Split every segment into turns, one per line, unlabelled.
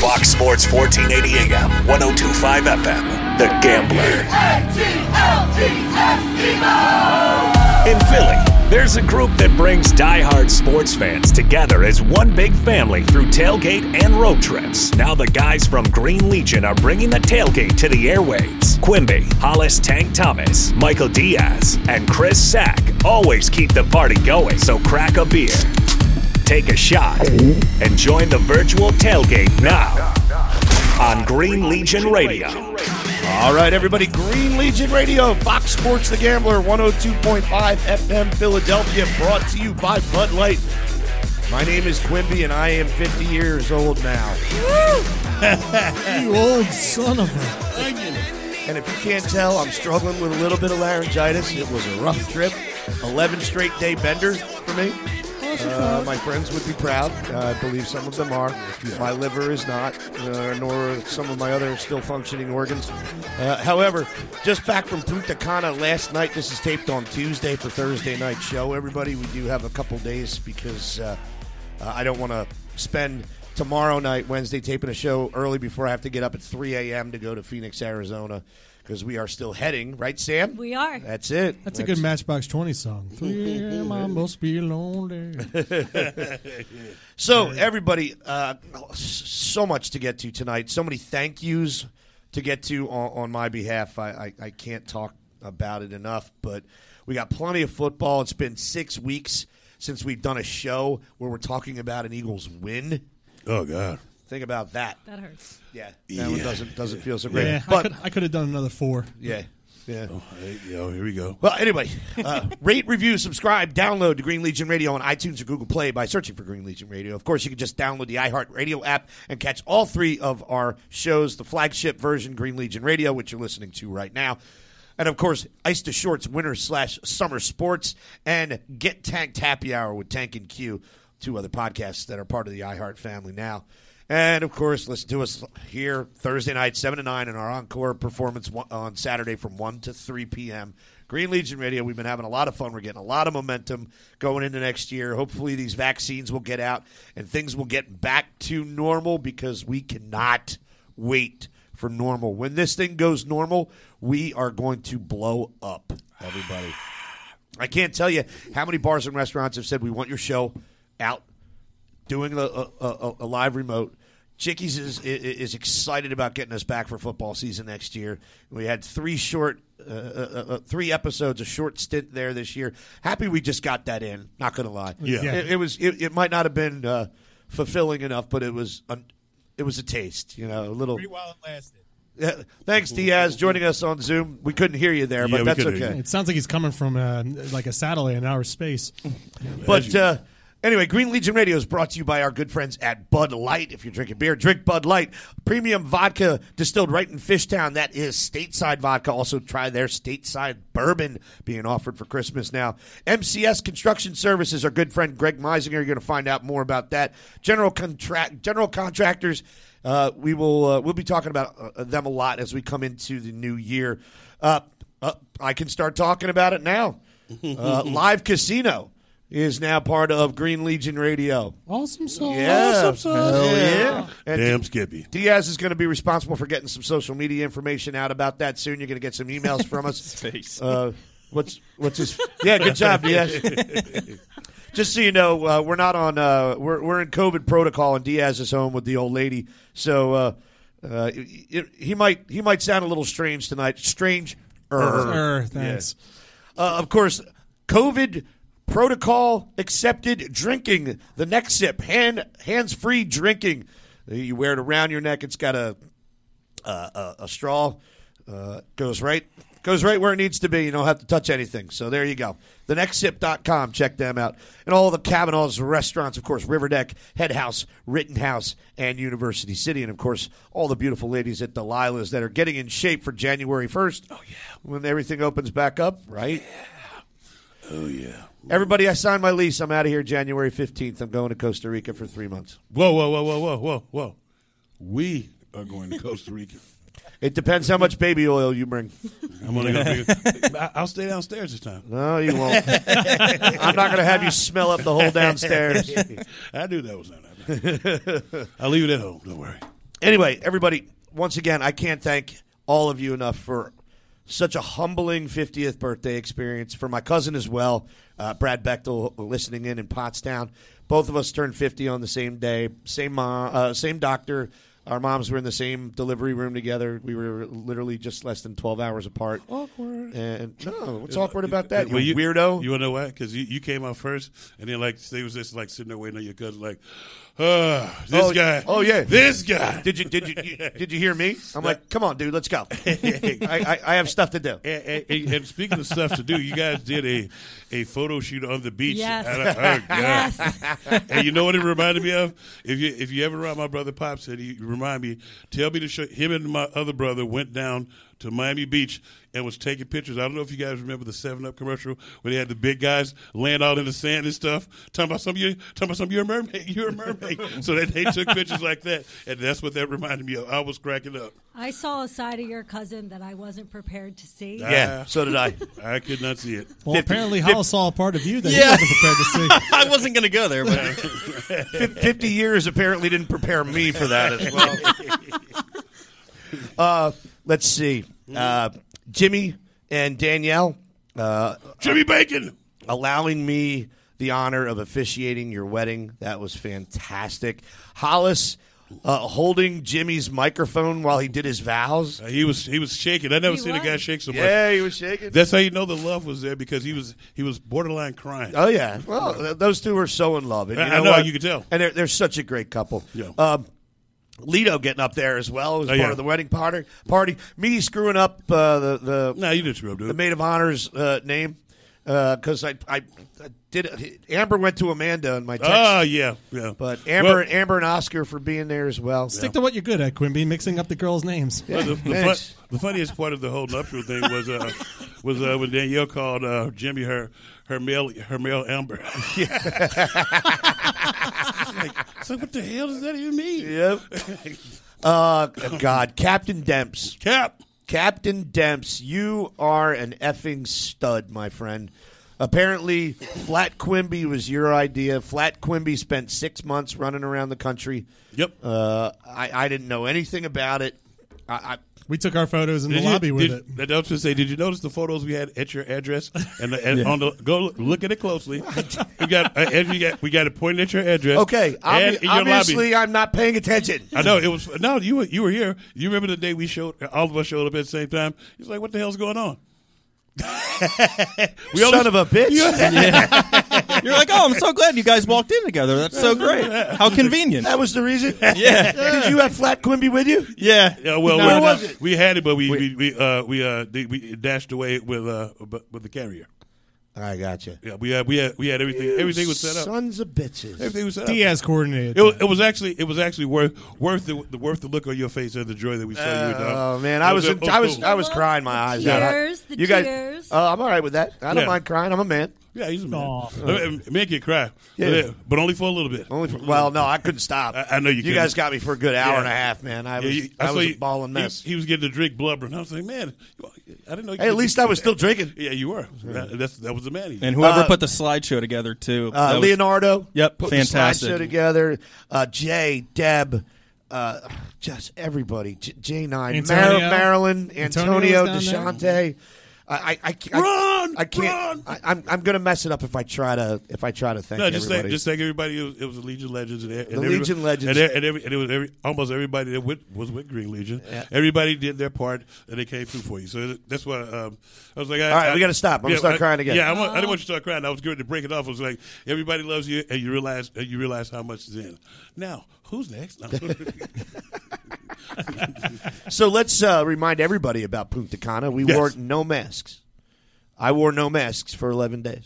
Fox Sports 1480 AM, 1025 FM, The Gambler. In Philly, there's a group that brings diehard sports fans together as one big family through tailgate and road trips. Now the guys from Green Legion are bringing the tailgate to the airwaves. Quimby, Hollis Tank Thomas, Michael Diaz, and Chris Sack always keep the party going, so crack a beer, take a shot, and join the virtual tailgate now on Green Legion Radio.
All right, everybody. Green Legion Radio, Fox Sports The Gambler, 102.5 FM Philadelphia, brought to you by Bud Light. My name is Quimby, and I am 50 years old now.
You old son of a.
And if you can't tell, I'm struggling with a little bit of laryngitis. It was a rough trip. 11 straight day bender for me. Uh, my friends would be proud. Uh, I believe some of them are. My liver is not, uh, nor some of my other still functioning organs. Uh, however, just back from Punta Cana last night. This is taped on Tuesday for Thursday night show. Everybody, we do have a couple days because uh, uh, I don't want to spend tomorrow night, Wednesday, taping a show early before I have to get up at 3 a.m. to go to Phoenix, Arizona, because we are still heading, right, Sam?
We are.
That's it.
That's a good Matchbox 20 song. Three AM, I must be lonely.
So everybody, uh, s- so much to get to tonight. So many thank yous to get to on, on my behalf. I, I, I can't talk about it enough, but we got plenty of football. It's been six weeks since we've done a show where we're talking about an Eagles win.
Oh God.
Think about that.
That hurts.
Yeah, that one
Yeah.
doesn't doesn't feel so great.
Yeah, I
but
could, I could have done another four.
yeah, yeah.
Hey, yo, here we go.
Well, anyway, uh, rate, review, subscribe, download to Green Legion Radio on iTunes or Google Play by searching for Green Legion Radio. Of course, you can just download the iHeartRadio app and catch all three of our shows the flagship version, Green Legion Radio, which you're listening to right now. And of course, Ice to Shorts Winter slash Summer Sports and Get Tanked Happy Hour with Tank and Q, two other podcasts that are part of the iHeart family now. And of course, listen to us here Thursday night, 7 to 9, and our encore performance one- on Saturday from 1 to 3 p.m. Green Legion Radio, we've been having a lot of fun. We're getting a lot of momentum going into next year. Hopefully, these vaccines will get out and things will get back to normal because we cannot wait for normal. When this thing goes normal, we are going to blow up, everybody. I can't tell you how many bars and restaurants have said we want your show out doing a, a, a, a live remote. Chickies is, i- i- is excited about getting us back for football season next year. We had three short, uh, uh, uh, three episodes, a short stint there this year. Happy we just got that in. Not going to lie,
Yeah. Yeah.
It, it was. It, it might not have been uh, fulfilling enough, but it was. Un- it was a taste, you know, a little.
while it lasted.
Uh, thanks, Diaz, joining us on Zoom. We couldn't hear you there,
Yeah,
but
we
that's
couldn't hear
okay.
It sounds like he's coming from uh, like a satellite in outer space.
But uh, anyway, Green Legion Radio is brought to you by our good friends at Bud Light. If you're drinking beer, drink Bud Light. Premium vodka distilled right in Fishtown. That is stateside vodka. Also, try their stateside bourbon being offered for Christmas now. MCS Construction Services, our good friend Greg Meisinger. You're going to find out more about that. General contract, general contractors. Uh, we will uh, we'll be talking about uh, them a lot as we come into the new year. Uh, uh, I can start talking about it now. Uh, live casino is now part of Green Legion Radio.
Awesome song.
Yeah. Hell yeah. And
Damn Skippy.
Diaz is going to be responsible for getting some social media information out about that soon. You're going to get some emails from us.
Space.
Uh, what's what's his? Yeah, good job, Diaz. Just so you know, uh, we're not on. Uh, we're we're in COVID protocol, and Diaz is home with the old lady. So uh, uh, it, it- he might he might sound a little strange tonight. Strange.
Er, thanks.
Uh, of course, COVID protocol accepted drinking. The next sip, hand hands free drinking. You wear it around your neck. It's got a a, a straw. Uh, goes right goes right where it needs to be. You don't have to touch anything. So there you go. Thenextsip.com. Check them out. And all the Cabanals restaurants, of course, Riverdeck, Head House, Written House, and University City. And, of course, all the beautiful ladies at Delilah's that are getting in shape for January 1st. Oh, yeah. When everything opens back up, right?
Oh yeah.
Everybody, I signed my lease. I'm out of here January 15th. I'm going to Costa Rica for three months.
Whoa, whoa, whoa, whoa, whoa, whoa, whoa. We are going to Costa Rica.
It depends how much baby oil you bring.
I'm only gonna be, I- I'll stay downstairs this time.
No, you won't. I'm not going to have you smell up the whole downstairs.
I knew that was not happening. I'll leave it at home. Don't worry.
Anyway, everybody, once again, I can't thank all of you enough for such a humbling 50th birthday experience for my cousin as well, uh, Brad Bechtel, listening in in Pottstown. Both of us turned 50 on the same day, same mom, uh, same doctor. Our moms were in the same delivery room together. We were literally just less than 12 hours apart.
Awkward. Uh,
And no, Oh, what's awkward about that?
Well,
you weirdo.
You wanna know why? Because you, you came out first, and then like they was just like sitting there waiting on your cousin, like, uh, this
Oh,
guy.
oh, yeah.
this guy.
Did you did you, you did you hear me? I'm like, come on, dude, let's go. I, I, I have stuff to do.
And, and- and- and speaking of stuff to do, you guys did a, a photo shoot on the beach.
Yes.
And I- oh, God.
Yes.
And you know what it reminded me of? If you if you ever around my brother Pops, and you remind me, tell me to show him and my other brother went down to Miami Beach and was taking pictures. I don't know if you guys remember the Seven Up commercial where they had the big guys laying out in the sand and stuff. Talking about some you talking about some you're a mermaid, you're a mermaid. so they, they took pictures like that, and that's what that reminded me of. I was cracking up.
I saw a side of your cousin that I wasn't prepared to see.
Yeah, so did I.
I could not see it.
Well, apparently, Hal saw a part of you that
Yeah.
he wasn't prepared to see.
I wasn't going to go there, but
Fif- Fifty years apparently didn't prepare me for that as well. Uh, let's see, uh, Jimmy and Danielle uh,
Jimmy Bacon.
allowing me the honor of officiating your wedding. That was fantastic. Hollis uh, holding Jimmy's microphone while he did his vows.
Uh, He was he was shaking. I never
He
seen a guy
was.
shake so much.
Yeah, he was shaking.
That's how you know the love was there because he was he was borderline crying.
Oh yeah. Well, th- those two are so in love. And you
I-
know
I know,
what?
you can tell.
And they're they're such a great couple.
Yeah.
Um, Lito getting up there as well
Oh,
as part
yeah.
of the wedding party. Party. Me screwing up uh, the the
no, you didn't screw up, dude.
the maid of honor's uh, name because I, I I did. Amber went to Amanda in my text.
Oh yeah, yeah.
but Amber,
Well,
Amber and Oscar for being there as well.
Stick to what you're good at, Quimby, mixing up the girls' names.
well, the, the,
Thanks.
fun, the funniest part of the whole nuptial thing was uh, was uh, when Danielle called uh, Jimmy her her male her male Amber. She's like, so what the hell does that even mean?
Yep. uh, God, Captain Demps.
Cap.
Captain Demps, you are an effing stud, my friend. Apparently, Flat Quimby was your idea. Flat Quimby spent six months running around the country.
Yep.
Uh, I, I didn't know anything about it. I, I,
We took our photos in the
Did you-
lobby with
did-
it.
I was going to say, did you notice the photos we had at your address? And, the, and on the go look- look at it closely. we got uh, and we got we got it pointed at your address.
okay,
and in
obvi-
your
obviously,
lobby.
I'm not paying attention.
I know it was no. You were you were here. You remember the day we showed all of us showed up at the same time. It's like, what the hell's going on? we
Son of a bitch.
you're like, oh, I'm so glad you guys walked in together. That's so great. How convenient.
That was the reason? Yeah. Did you have Flat Quimby with you?
Yeah.
Yeah, well,
Where
we,
was it?
we had it, but we we we, uh, we, uh, did- we dashed away with uh, bu- with the carrier.
I gotcha.
Yeah, we had we had we had everything. Everything was set up.
Sons of bitches.
Everything was set up.
Diaz coordinated.
It was, it was actually it was actually worth worth the, the worth the look on your face and the joy that we saw you.
Oh
dog.
man,
It
I was
a- oh,
in, I was
cool.
I was crying my eyes out. I-
Tears, Oh, the
you guys,
tears.
Uh, I'm all right with that. I don't
Yeah.
mind crying. I'm a man.
yeah, he's a man.
Aw.
Make Make you cry,
Oh. Yeah.
But, uh, but only for a little bit.
Only for, well, no, I couldn't stop.
I- I know you
You
couldn't.
guys got me for a good hour
Yeah.
and a half, man. I was
Yeah, you-
I,
saw
was
you-
a ball and
he-
mess.
He, was getting to drink blubbering. I was like, man, I didn't know. You
hey, at
could-
least I was still drinking.
Yeah, you were. That, that's that was the man. he-
And whoever
Uh,
put the slideshow together too.
Uh,
that was-
Leonardo.
Yep,
put
fantastic.
The slideshow together. Uh, Jay, Deb, uh, just everybody. J- J nine, Mar-
Antonio.
Marilyn, Antonio,
Antonio's down
Deshante. I, I, I, ca- I,
Run,
I
run.
can't. I, I'm, I'm going to mess it up if I try to. If I try to thank
No, just
everybody.
thank, just thank everybody. It was, it was the Legion Legends and, and
The
every-
Legion Legends.
and, e- and, every, and it was every, almost everybody that went, was with Green Legion. Everybody did their part and they came through for you. So that's why um, I was like, I, all
right, we gotta stop. I'm gonna start crying again.
Yeah, I'm, I didn't want you to start crying. I was going to break it off. I was like, everybody loves you, and you realize and you realize how much is in. Now, who's next?
So let's uh, remind everybody about Punta Cana. We
Yes.
wore no masks. I wore no masks for 11 days.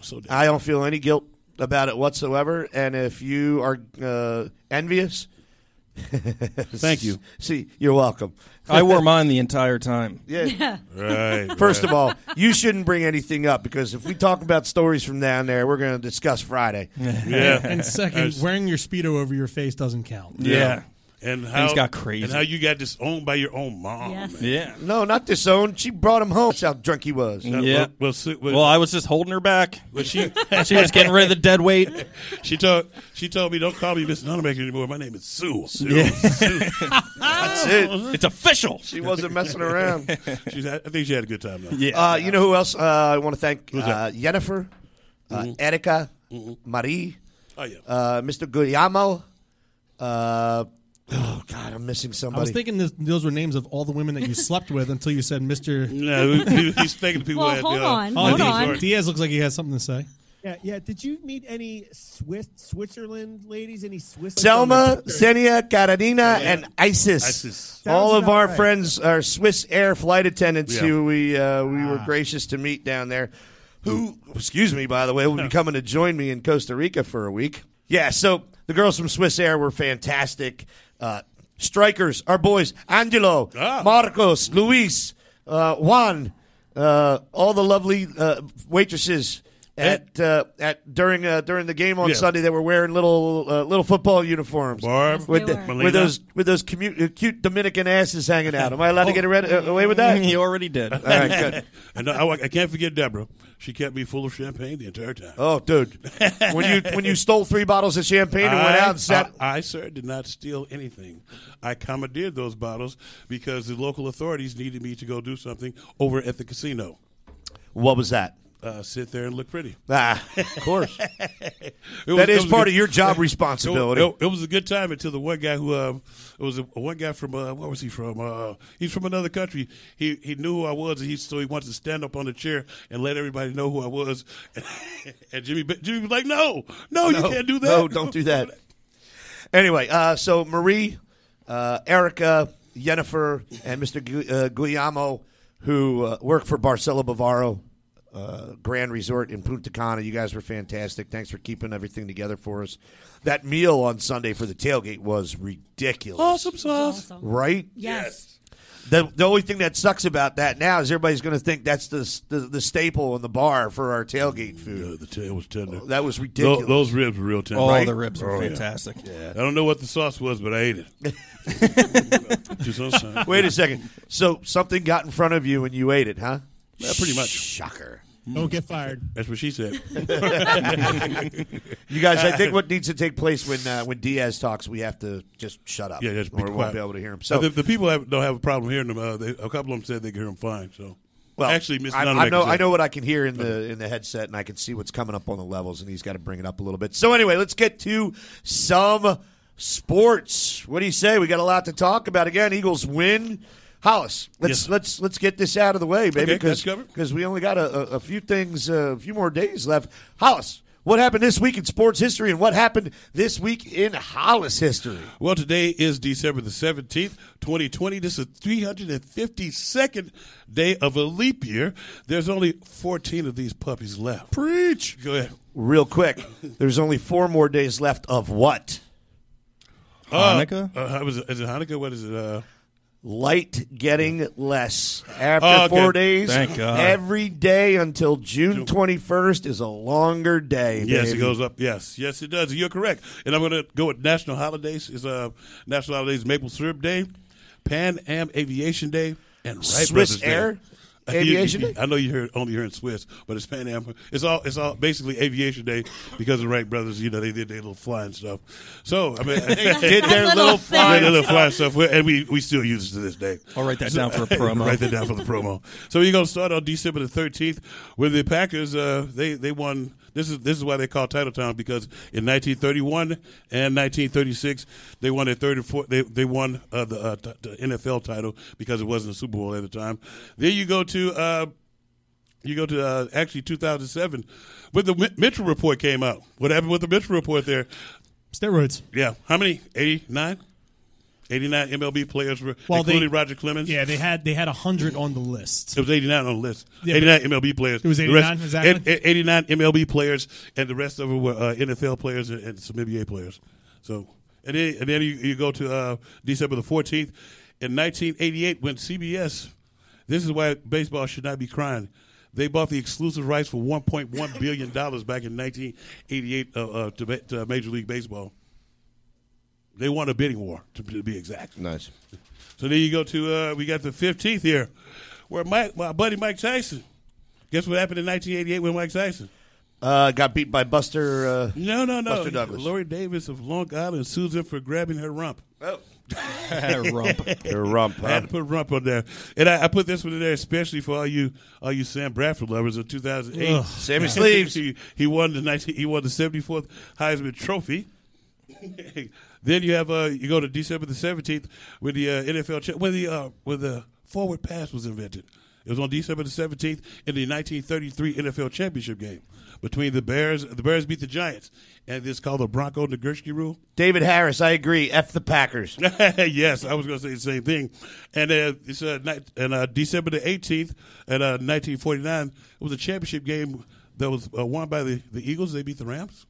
so
I don't feel any guilt about it whatsoever. And if you are uh, envious,
thank you.
see, you're welcome.
I wore mine the entire time.
Yeah.
Right.
First of all, you shouldn't bring anything up because if we talk about stories from down there, we're going to discuss Friday.
yeah.
And second, wearing your speedo over your face doesn't count.
Yeah.
and how
got crazy.
and how you got disowned by your own mom.
Yes.
man.
Yeah.
No, not disowned. She brought him home. That's how drunk he was.
Now,
Yeah.
Well, well, Sue- well,
Well, I was just holding her back.
well, she
She was getting rid of the dead weight.
she told she told me don't call me Miss Nunnemaker anymore. My name is Sue. Sue.
That's it.
It's official.
She wasn't messing around.
She's had, I think she had a good time though.
Yeah.
Uh, you know who else uh, I want to thank? Uh,
that?
Jennifer, uh,
Mm-hmm.
Erica, Marie,
Oh yeah.
uh, Mr. Guglielmo. Uh, oh, God, I'm missing somebody.
I was thinking this, those were names of all the women that you slept with until you said Mr.
no, he- he's thinking of people.
Well,
at
hold
the, uh,
on,
Oh,
hold
the
on.
resort.
Diaz looks like he has something to say.
Yeah, yeah. Did you meet any Swiss Switzerland ladies? Any Swiss?
Selma, Xenia, Katarina, and ISIS.
Oh, ISIS.
All
Sounds
of our
about right.
friends are Swiss Air flight attendants
Yeah.
who we uh, we
Ah.
were gracious to meet down there. Who, excuse me, by the way, will be coming to join me in Costa Rica for a week. Yeah, so the girls from Swiss Air were fantastic. Uh, strikers, our boys, Angelo,
Ah.
Marcos, Luis, uh, Juan, uh, all the lovely uh, waitresses at uh, at during uh, during the game on
Eh. Yeah.
Sunday that were wearing little uh, little football uniforms.
Barb
Yes,
with,
they
the-
were.
Melina.
with those with those commu- uh, cute Dominican asses hanging out. Am I
Oh.
allowed to get red, uh, away with that?
you already did.
All right, good.
And I, I can't forget Deborah. She kept me full of champagne the entire time.
Oh, dude, when you when you stole three bottles of champagne and went out and sat.
I, I, sir, did not steal anything. I commandeered those bottles because the local authorities needed me to go do something over at the casino.
what was that?
Uh, sit there and look pretty.
Ah, of course.
It was-
that
it
is
was a
part
good-
of your job
It,
responsibility.
it, it was a good time until the one guy who uh, it was a, one guy from uh, where was he from? Uh, he's from another country. He he knew who I was, and he so he wanted to stand up on the chair and let everybody know who I was. and Jimmy Jimmy was like, "No, no, you
No,
can't do that.
No, don't do that. Anyway, uh, so Marie, uh, Erica, Jennifer, and Mr. Gu- uh, Guillermo, who uh, work for Barcelo Bavaro uh, Grand Resort in Punta Cana, you guys were fantastic. Thanks for keeping everything together for us. That meal on Sunday for the tailgate was ridiculous.
Awesome sauce.
Awesome.
Right?
Yes.
The, the only thing that sucks about that now is everybody's going to think that's the, the the staple in the bar for our
Mm, Yeah,
tailgate food. Oh,
the tail was tender.
That was
Tho-
ridiculous.
Those, ribs were real tender.
Oh,
Right?
the ribs are
Oh, yeah.
fantastic.
I don't know what the sauce was, but I ate it. Just on time.
Wait a second. So something got in front of you and you ate it, huh?
Yeah, pretty much. Mm.
Shocker.
Don't get fired.
That's what she said.
You guys, I think what needs to take place when uh, when Diaz talks, we have to just shut up.
Yeah, just be
or we
quiet. Uh,
won't be able to hear him. So
the, the people have, don't have a problem hearing them. Uh, they, a couple of them said they can hear them fine. So,
well,
actually, Miss
I,
Nonamaker
I know
said-
I know what I can hear in the in the headset, and I can see what's coming up on the levels, and he's got to bring it up a little bit. So anyway, let's get to some sports. What do you say? We got a lot to talk about again. Eagles win. Hollis, let's
Yes.
let's let's get this out of the way, baby,
Okay, that's
because
covered.
we only got a, a, a few things, uh, a few more days left. Hollis, what happened this week in sports history, and what happened this week in Hollis history?
Well, today is December the 17th, 2020. This is the 352nd day of a leap year. There's only 14 of these puppies left. Preach. Go ahead.
real quick. There's only four more days left of what?
Hanukkah?
Uh, how was it, is it Hanukkah? What is it? Uh,
Light getting less. After
Oh, okay.
four days,
Thank God.
every day until June 21st is a longer day.
Yes,
baby.
it goes up. Yes, yes, it does. You're correct. And I'm going to go with national holidays. Is uh, national holidays Maple Syrup Day, Pan Am Aviation Day, and Wright Brothers
Swiss
Day.
Air
You-
Aviation
you-
Day.
I know you heard only hearing Swiss, but it's Pan Am. It's all it's all basically Aviation Day because the Wright Brothers. You know they did their little flying stuff. So I mean,
Did their
Little
little
They
thing.
flying
did their little flying stuff, and we we still use it to this day.
I'll write that down for a promo.
Write that down for the promo. So you're going to start on December the 13th with the Packers. Uh, they they won. This is this is why they call Titletown because in 1931 and 1936 they won their third and fourth. They they won uh, the, uh, t- the NFL title because it wasn't a Super Bowl at the time. Then you go to. Uh, you go to uh, actually 2007, when the Mi- Mitchell report came out. What happened with the Mitchell report? There,
Steroids.
yeah. How many? 89? 89 MLB players were,
Well,
including
they-
Roger Clemens.
Yeah, they had they had hundred on the list.
It was 89 on the list.
Yeah,
89 MLB players.
It was
The rest-
89, exactly.
and- and 89 MLB players, and the rest of them were uh, NFL players and, and some NBA players. So, and then, and then you, you go to uh, December the 14th. In 1988, when CBS, this is why baseball should not be crying. They bought the exclusive rights for 1.1 billion dollars back in 1988 uh, uh, to, ba- to Major League Baseball. They won a bidding war, to, to be exact.
Nice.
So there you go to uh, we got the fifteenth here, where Mike, my buddy Mike Tyson. Guess what happened in 1988 with Mike Tyson?
Uh, got beat by Buster. Uh,
No, no, no.
Buster Douglas.
Lori Davis of Long Island sues him for grabbing her rump.
Rump.
Your Oh. rump.
I had to put rump on there, and I, I put this one in there especially for all you all you Sam Bradford lovers of 2008.
Sammy Sleeves.
he, he won the 19, he won the 74th Heisman Trophy. then you have uh, you go to December the 17th with the uh, NFL cha- when the uh, when the forward pass was invented. It was on December the 17th in the 1933 NFL Championship game between the Bears. The Bears beat the Giants, and it's called the Bronco Nagurski rule.
David Harris. I agree. F the Packers.
yes, I was going to say the same thing. And uh, it's uh, night, and uh, December the eighteenth, and uh, nineteen forty nine, it was a championship game that was uh, won by the, the Eagles. They beat the Rams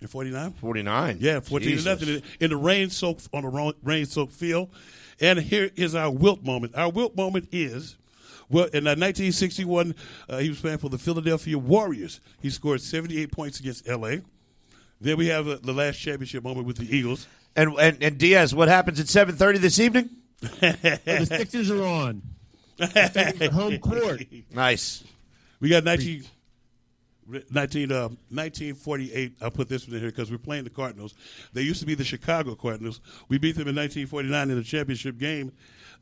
in forty nine.
Forty nine.
Yeah, fourteen to nothing in the rain soaked on the rain soaked field. And here is our wilt moment. Our wilt moment is. Well, in uh, 1961, uh, he was playing for the Philadelphia Warriors. He scored 78 points against LA. Then we have uh, the last championship moment with the Eagles.
And, and and Diaz. What happens at seven thirty this evening?
the Sixers are on. The Sixers are home court.
Nice.
We got 19, 19, uh, 1948. I'll put this one in here because we're playing the Cardinals. They used to be the Chicago Cardinals. We beat them in 1949 in a championship game,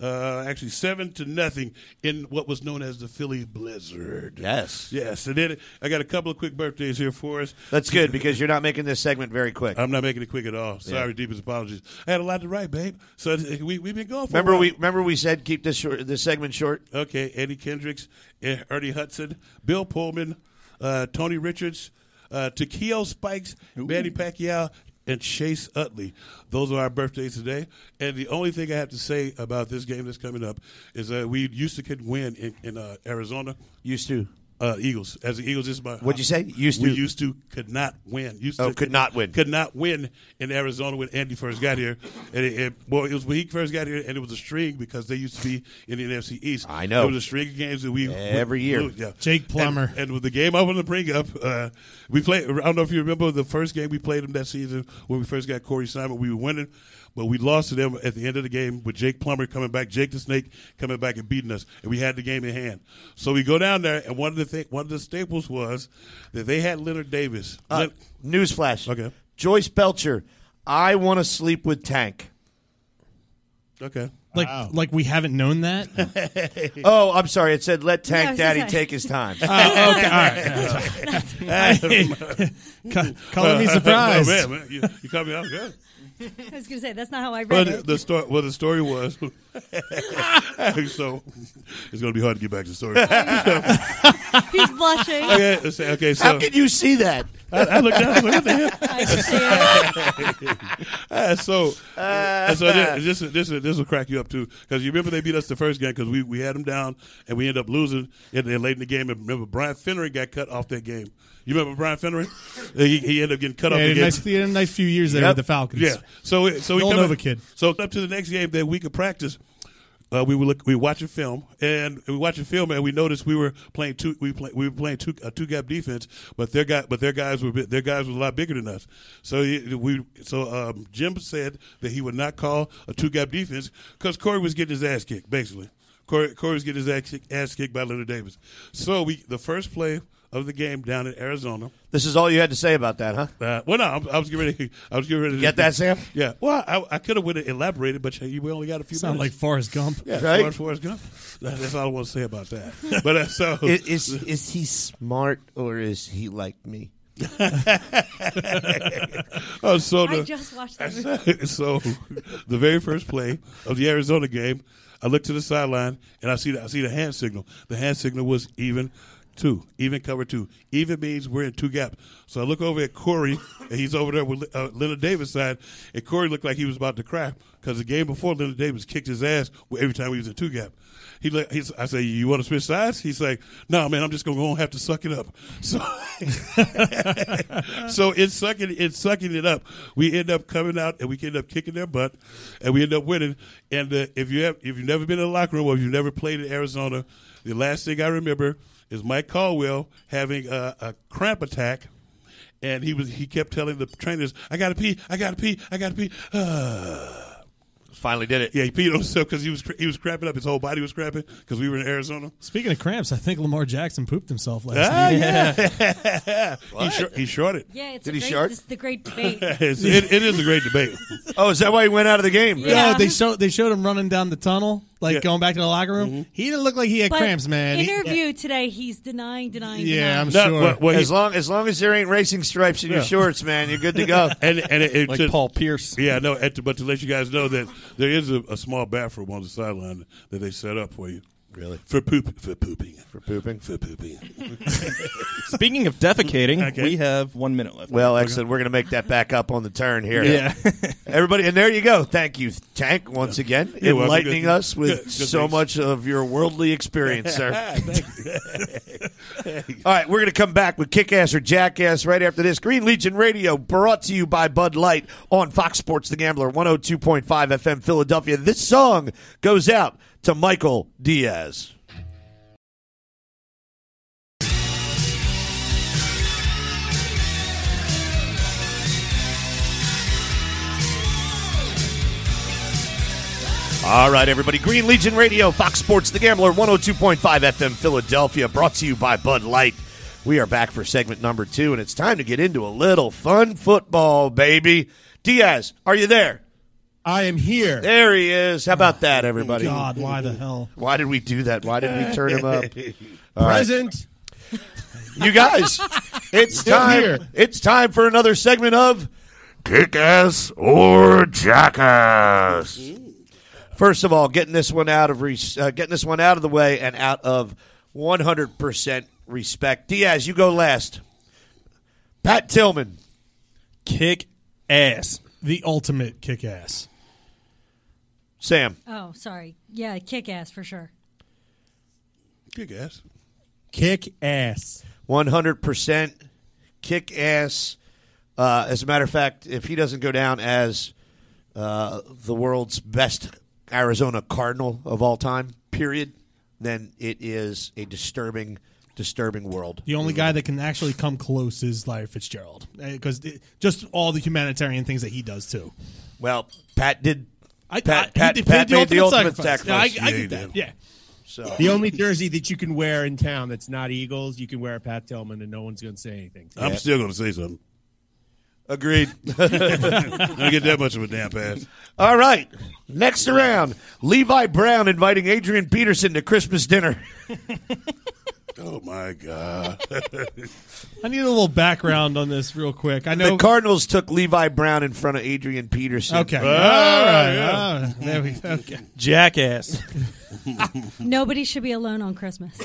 uh, actually 7 to nothing in what was known as the Philly Blizzard.
Yes.
Yes. And then I got a couple of quick birthdays here for us.
That's good because you're not making this segment very quick.
I'm not making it quick at all. Sorry, deepest apologies. I had a lot to write, babe. So uh, we, we've been going for a
remember
while.
we remember we said keep this short, this segment short.
Okay, Eddie Kendricks, eh, Ernie Hudson, Bill Pullman, uh, Tony Richards, uh, Takeo Spikes, Manny Pacquiao, and Chase Utley. Those are our birthdays today. And the only thing I have to say about this game that's coming up is that we used to could win in, in uh, Arizona.
Used to.
Uh, Eagles. As the Eagles, this is my.
What'd you say? Used
we
to.
used to could not win. Used
Oh,
to
could not win.
Could not win in Arizona when Andy first got here. And it, it- well, it was when he first got here, and it was a string because they used to be in the NFC East.
I know.
It was a string of games that we
Every year.
yeah.
Jake Plummer.
And, and with the game I want to bring up, uh, we played. I don't know if you remember the first game we played them that season when we first got Corey Simon. We were winning, but we lost to them at the end of the game with Jake Plummer coming back, Jake the Snake coming back and beating us, and we had the game in hand. So we go down there, and one of the th- one of the staples was that they had Leonard Davis.
Uh,
Len-
newsflash.
Okay.
Joyce Belcher. I want to sleep with Tank.
okay.
Like, like we haven't known that. oh, okay,
Oh, I'm sorry. It said let
Yeah, I
Tank
was gonna
Daddy
say.
take his time.
Oh,
all right. Co- Color me surprised.
Oh, man, man, you, you caught me off guard.
I was going to say, that's not how I
uh,
read
But
it.
the story, well, the story was, so it's going to be hard to get back to the story.
He's blushing.
okay, so- okay, so
How can you see that?
I, I looked down. I was like, what the hell?
I understand.
Ah, so, uh, so this this this this will crack you up too because you remember they beat us the first game because we, we had them down and we ended up losing and then late in the game. And remember Brian Finnery got cut off that game. You remember Brian Finnery? he, he ended up getting cut off
Yeah,
the
he had a
game.
nice, he had a nice few years there
Yep.
with the Falcons.
Yeah. So we- so we
Villanova
come up,
kid.
So up to the next game that week of practice, uh, we were look we watch a film and we watch a film and we noticed we were playing two we play, we were playing two a two gap defense, but their guy but their guys were bi- their guys were a lot bigger than us. So he- we so um, Jim said that he would not call a two gap defense because Corey was getting his ass kicked basically. Corey, Corey was getting his ass, kick, ass kicked by Leonard Davis. So we the first play of the game down in Arizona.
This is all you had to say about that, huh?
Uh, well, no, I, I was getting ready. I was getting ready. To
Get that, Sam?
Yeah. Well, I, I could have would have elaborated, but you, we only got a few.
Sound like
minutes.
Forrest Gump.
yeah,
right?
Forrest, Forrest Gump. That- That's all I want to say about that. But uh, so
Is, is is he smart or is he like me?
uh, so
I
the,
just watched that movie.
so the very first play of the Arizona game, I look to the sideline and I see the, I see the hand signal. The hand signal was even two, even cover two. Even means we're in two gap. So I look over at Corey and he's over there with uh, Leonard Davis side, and Corey looked like he was about to cry because the game before Leonard Davis kicked his ass every time he was in two gap. He like he's, I say, you want to switch sides? He's like, no, man, I'm just gonna go and have to suck it up. So, so it's sucking, it's sucking it up. We end up coming out and we end up kicking their butt, and we end up winning. And uh, if you have, if you've never been in the locker room or if you've never played in Arizona, the last thing I remember is Mike Caldwell having a, a cramp attack and he was he kept telling the trainers, "I gotta pee, I gotta pee, I gotta pee."
Finally did it.
yeah, he peed on himself because he was cra- he was crapping up. His whole body was crapping because we were in Arizona.
Speaking of cramps, I think Lamar Jackson pooped himself last
Ah,
night.
yeah, he, shor- he shorted.
Yeah, it's
Did
a
he
great,
shart?
This is the great debate.
It's, it, it is a great debate.
Oh, is that why he went out of the game?
Yeah.
No, they showed they showed him running down the tunnel, like
Yeah.
going back to the locker
Mm-hmm.
room. He didn't look like he had
But
cramps, man. He-
Interview today. He's denying, denying,
yeah, I'm
denying.
No,
sure.
well- well, he-
As long as long as there ain't racing stripes in your
Yeah.
shorts, man, you're good to go.
and and it, it
Like
to-
Paul Pierce.
Yeah, no. and to- But to let you guys know that there is a, a small bathroom on the sideline that they set up for you.
Really?
For poop for pooping for
pooping?
for pooping.
Speaking of defecating,
Okay.
we have one minute left.
Well, excellent. We're going to make that back up on the turn here.
yeah.
Everybody, and there you go. Thank you, Tank, once again,
You're welcome.
enlightening
Good-
us with
good- good
so
things.
much of your worldly experience, sir. All right, we're going to come back with Kick Ass or Jackass right after this. Green Legion Radio brought to you by Bud Light on Fox Sports The Gambler, 102.5 FM Philadelphia. This song goes out to Michael Diaz. All right, everybody. Green Legion Radio, Fox Sports The Gambler, 102.5 FM Philadelphia, brought to you by Bud Light. We are back for segment number two, and it's time to get into a little fun football, baby. Diaz, are you there?
I am here. Oh,
There he is. How about that, everybody?
God, why the hell?
Why did we do that? Why did we turn him up?
Present.
You guys, it's
Still
time.
here.
It's time for another segment of Kick Ass or Jackass. First of all, getting this one out of re- uh, getting this one out of the way and out of 100% respect. Diaz, you go last. Pat Tillman.
Kick ass.
The ultimate kick ass.
Sam.
Oh, sorry. Yeah, kick ass for sure.
Kick ass.
Kick ass.
One hundred percent kick ass. Uh, as a matter of fact, if he doesn't go down as uh, the world's best Arizona Cardinal of all time, period, then it is a disturbing, disturbing world.
The only guy that can actually come close is Larry Fitzgerald, because just all the humanitarian things that he does too.
Well, Pat did.
I,
Pat,
I- he
Pat,
did-
Pat
he
made
did
the ultimate sacrifice.
Yeah, I, I
Yeah, he
get that.
did.
Yeah,
so.
The only jersey that you can wear in town that's not Eagles, you can wear a Pat Tillman, and no one's going to say anything. to you.
I'm still gonna say something.
Agreed.
I don't get that much of a damn pass.
All right. Next round, Levi Brown inviting Adrian Peterson to Christmas dinner.
Oh my god.
I need a little background on this real quick. I know.
The Cardinals took Levi Brown in front of Adrian Peterson.
Oh,
okay. all right. all right. There we Okay.
Jackass.
Nobody should be alone on Christmas.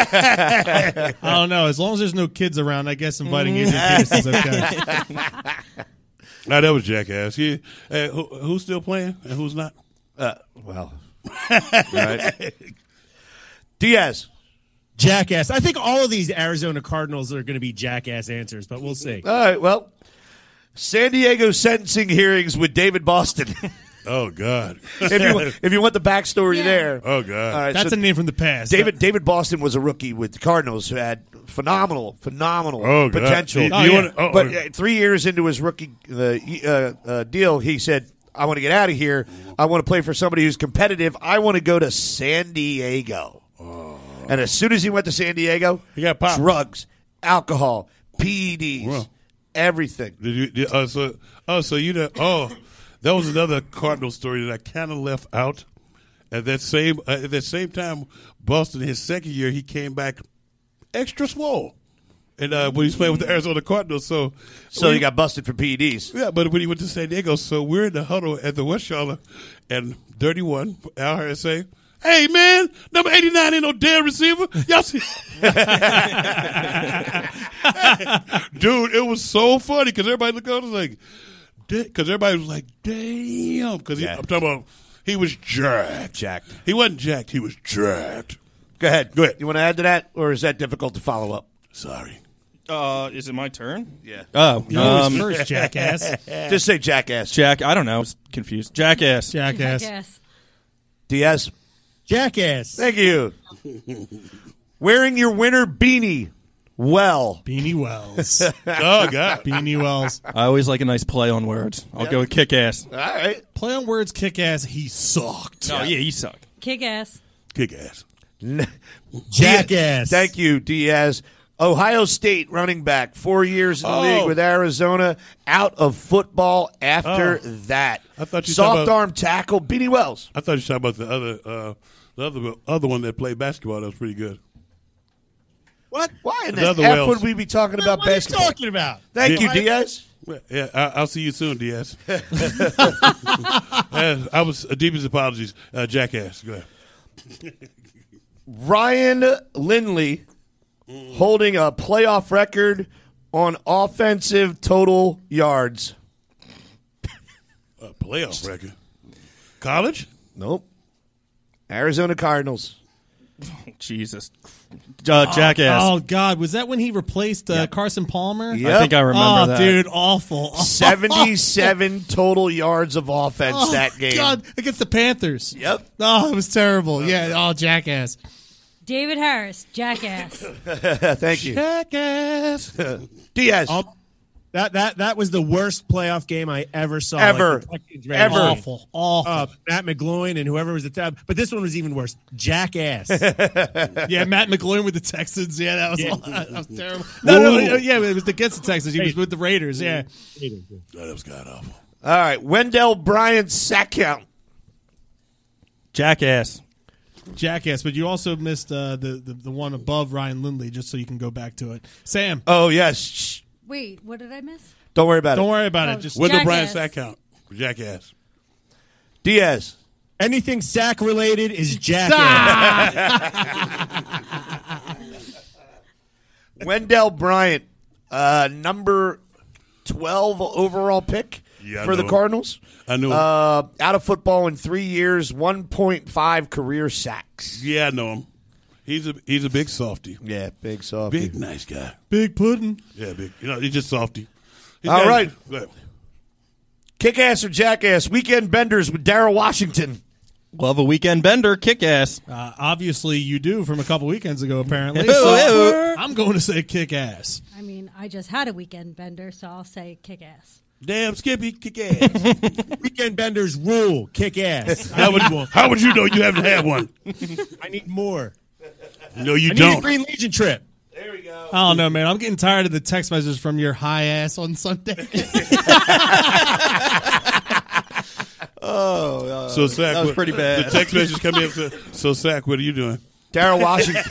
I don't know. As long as there's no kids around, I guess inviting Adrian
Mm-hmm.
Peterson is okay.
Nah, that was jackass. He, uh, who, who's still playing and who's not?
Uh, Well, right. Diaz.
Jackass. I think all of these Arizona Cardinals are going to be jackass answers, but we'll see.
All right. Well, San Diego sentencing hearings with David Boston.
Oh god.
if you if you want the backstory
Yeah.
there.
oh
All
god.
right.
That's
so
a name from the past.
David David Boston was a rookie with the Cardinals who had phenomenal phenomenal
Oh, God.
potential.
You- you
yeah.
wanna- oh,
but
oh.
uh, three years into his rookie uh, uh, uh, deal, he said, "I want to get out of here. I want to play for somebody who's competitive. I want to go to San Diego." And as soon as he went to San Diego,
Oh. He got popped.
drugs, alcohol, PEDs,
Wow.
everything.
Did you? Did, uh, so, oh, so you know? Oh, that was another Cardinal story that I kind of left out. At that same uh, at that same time, Boston his second year, he came back extra swole, and uh, when he's playing with the Arizona Cardinals, so
So
we-
he got busted for E PEDs.
yeah, but when he went to San Diego, so we're in the huddle at the West Charlotte and 31, Al Harris say, Hey man, number 89 ain't no damn receiver. Y'all see Dude, it was so funny because everybody looked at us like, because everybody was like, damn. Because
Yeah.
I'm talking about, he was jacked.
Jacked.
He wasn't jacked, he was jacked.
Go ahead.
Go ahead.
You want to add to that, or is that difficult to follow up?
Sorry.
Uh, is it my turn?
Yeah.
Oh,
You're always
um,
first, jackass.
Just say jackass.
Jack. I don't know. I was confused. Jackass.
Jackass.
Yes.
Diaz.
Jackass.
Thank you. Wearing your winter beanie Well.
Beanie Wells.
Oh God.
Beanie Wells.
I always like a nice play on words. I'll go with kick ass.
All right.
Play on words, kick ass. He sucked.
Oh yeah, you suck.
Kick ass.
Kick ass.
Jackass.
Thank you, Diaz. Ohio State running back, four years in the
Oh.
league with Arizona, out of football after that.
Oh. I thought you said
soft
about-
arm tackle, Beanie Wells.
I thought you were talking about the other, uh, the other, other one that played basketball. That was pretty good.
What? Why in the
Another
F
Wells.
would we be talking about
what are you
basketball?
talking about?
Thank you,
Yeah.
Diaz.
Yeah, I, I'll see you soon, Diaz. Uh, I was uh, deepest apologies, uh, jackass. Go ahead.
Ryan Lindley holding a playoff record on offensive total yards.
A Uh, playoff record. College?
Nope. Arizona Cardinals.
Jesus. Uh, jackass.
Oh God, was that when he replaced uh, Carson Palmer?
Yeah.
I think I remember
oh,
that.
dude, awful. Oh,
77 total yards of offense that game.
God, against the Panthers.
Yep.
Oh, it was terrible. Yeah. Oh, jackass.
David Harris, jackass.
Thank you.
Jackass.
Diaz.
Um, That that that was the worst playoff game I ever saw.
Ever.
Like, the Texans ran
Ever.
away.
Awful. Awful.
Uh, Matt McGloin and whoever was at that, but this one was even worse. Jackass.
yeah, Matt McGloon with the Texans. Yeah, that was, that was terrible. No, no, no, yeah, it was against the Texans. He was with the Raiders. Yeah.
Oh, that was god awful.
All right. Wendell Bryant sack count.
jackass.
Jackass, but you also missed uh, the, the the one above Ryan Lindley, just so you can go back to it. Sam,
Oh, yes. Shh.
Wait, what did I miss?
Don't worry about
don't
it.
worry about
Oh,
it. Just
What did Brian
Jackass.
sack count? Jackass.
Diaz.
Anything sack related is jackass.
Wendell Bryant, uh, number 12 overall pick
Yeah, I
for the
know him.
Cardinals.
I knew him.
Uh, out of football in three years, 1.5 career sacks.
Yeah, I know him. He's a he's a big softy.
Yeah, big soft.
Big nice guy.
big pudding.
Yeah, big. You know, he's just softy. He's
All
got-
right.
Go ahead.
Kick ass or jackass? Weekend benders with Daryl Washington.
Love a weekend bender. Kick ass.
Uh, obviously, you do from a couple weekends ago. Apparently,
Ew,
so
ew.
I'm going to say kick ass.
I mean, I just had a weekend bender, so I'll say kick ass.
Damn, Skippy, kick ass.
Weekend benders rule. Kick ass. I
how, would,
need more.
how would you know you haven't had one?
I need more.
No, you
I need a
don't.
Green Legion trip.
I don't know, man. I'm getting tired of the text messages from your high ass on Sunday.
so Sack
was
what-
pretty bad.
The text message come in. So, so Sack, what are you doing?
Daryl Washington.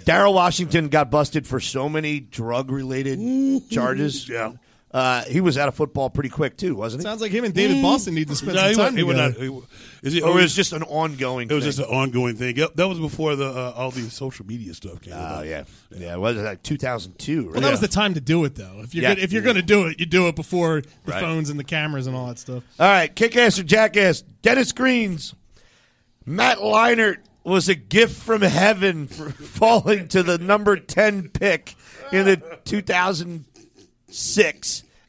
Daryl Washington got busted for so many drug-related charges.
Yeah.
uh, he was out of football pretty quick too, wasn't he?
Sounds like him and David Boston need to spend
No,
some
he, wa-
time
he, wa-
together.
not, he wa- is it,
Or it was just an ongoing.
It was
thing?
just an ongoing thing. Yep, that was before the uh, all the social media stuff came.
Oh
about.
yeah, yeah. It was like 2002. Right?
well, that was the time to do it, though. If you're
Yeah.
gonna, if you're going to do it, you do it before the
Right.
phones and the cameras and all that stuff.
All right, kick ass or jackass? Dennis Greens, Matt Leinart was a gift from heaven for falling to the number ten pick in the 2006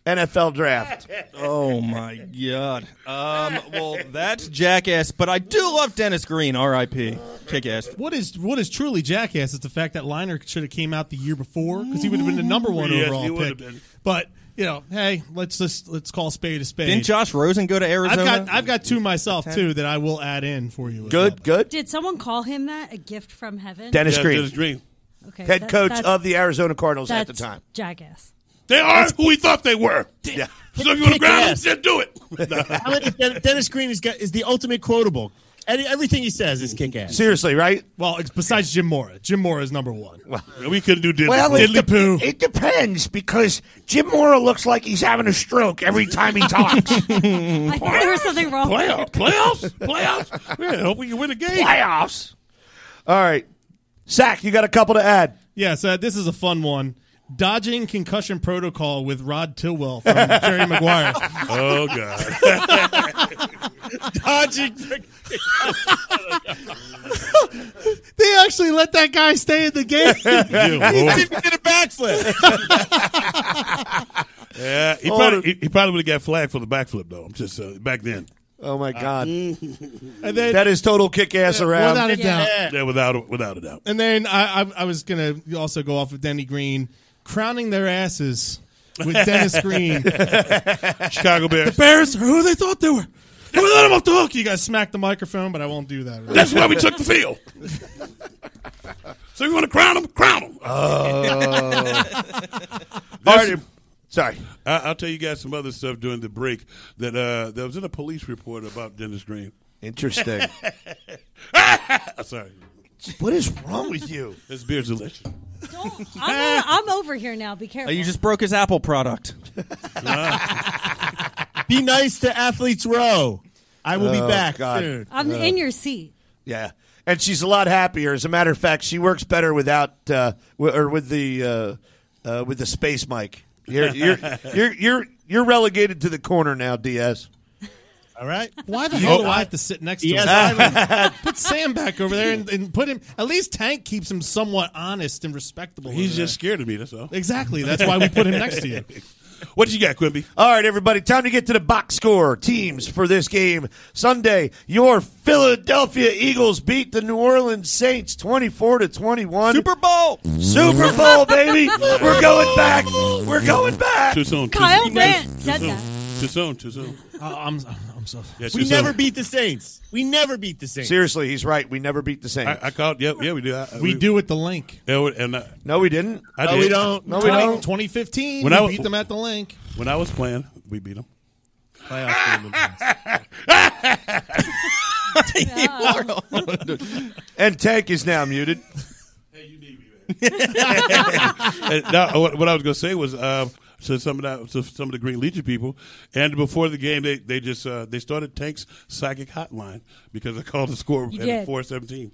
NFL draft.
Oh my god. Um, well, that's jackass. But I do love Dennis Green. R.I.P. Kick ass.
What is what is truly jackass is the fact that Liner should have came out the year before because he would have been the number
Yes,
one
he
overall
would have
pick.
been.
But you know, hey, let's just let's call a spade a spade.
Didn't Josh Rosen go to
I've
Arizona?
got I've got two myself too that I will add in for you. as
Good,
well.
good.
Did someone call him that? A gift from heaven?
Dennis
Yeah,
Green,
Dennis Green.
okay,
head
that-
coach
that's-
of the Arizona Cardinals at the
that's
time.
Jackass.
They are who we thought they were.
Yeah.
So if you want to
Kick
grab them,
ass.
then do it.
I like that Den- Dennis Green is, got, is the ultimate quotable. Any- Everything he says is kick ass.
Seriously, right?
Well, it's besides Jim Mora, Jim Mora is number one.
we couldn't do this.
Well, it,
Diddly
de-
poo.
it depends because Jim Mora looks like he's having a stroke every time he talks.
I thought there was something wrong. with
Playoff, playoffs, playoffs. Yeah, hope we can win a game.
Playoffs.
All right, Zach, you got a couple to add.
Yeah, so this is a fun one. Dodging concussion protocol with Rod Tilwell from Jerry Maguire.
Oh God,
Dodging-
They actually let that guy stay in the game.
Dear Lord.
He did a backflip.
Oh,
yeah, he probably, he, he probably would have got flagged for the backflip though. I'm just uh, back then.
Oh my God,
And then,
that is total kick ass around.
without a doubt.
Yeah, without a, without a doubt.
And then I, I, I was gonna also go off of Denny Green crowning their asses with Dennis Green.
Chicago Bears.
Bears are who they thought they were. And we let them off the hook. You guys smacked the microphone, but I won't do that.
That's why we took the field. so you want to crown them? Crown them. Uh,
Oh. All right. Sorry.
I, I'll tell you guys some other stuff during the break that uh, that was in a police report about Dennis Green.
Interesting.
Ah, sorry,
what is wrong with you?
this beer's delicious.
Don't, I'm, I'm over here now. Be careful.
Oh, You just broke his Apple product.
Ah.
Be nice to Athletes Row. I will be back
Oh, God. Uh,
soon.
I'm in your seat.
Yeah, and she's a lot happier. As a matter of fact, she works better without uh, w- or with the uh, uh, with the space mic. You're you're, you're you're you're relegated to the corner now, DS.
All right.
Why the hell do I have to sit next to
Yes,
him? put Sam back over there and, and put him. At least Tank keeps him somewhat honest and respectable.
He's
over
just scared of me. That's all.
there. exactly. That's why we put him next to you.
What you got, Quimby?
All right, everybody, time to get to the box score teams for this game. Sunday, your Philadelphia Eagles beat the New Orleans Saints 24 to 21.
Super Bowl.
Super Bowl, baby. We're going back. We're going back.
Too soon. too
Kyle
soon,
Brandt
too
said
soon,
that.
Too soon. Too soon.
Uh, I'm, I'm so.
Yeah, too
We never
soon.
beat the Saints. We never beat the Saints.
Seriously, he's right. We never beat the Saints.
I, I called. Yeah, yeah, we do. I,
We do at the link.
Yeah, we- and I,
no, we didn't.
I
No,
did.
we don't.
No, we don't.
2015.
When
we
I was-
beat them at the link.
When I was playing, we beat them.
Playoff game.
And Tank is now muted.
And now, what, what I was going to say was uh, to some of the to some of the Green Legion people, and before the game, they they just uh, they started Tank's psychic hotline because I called the score
You
at
did.
four seventeen.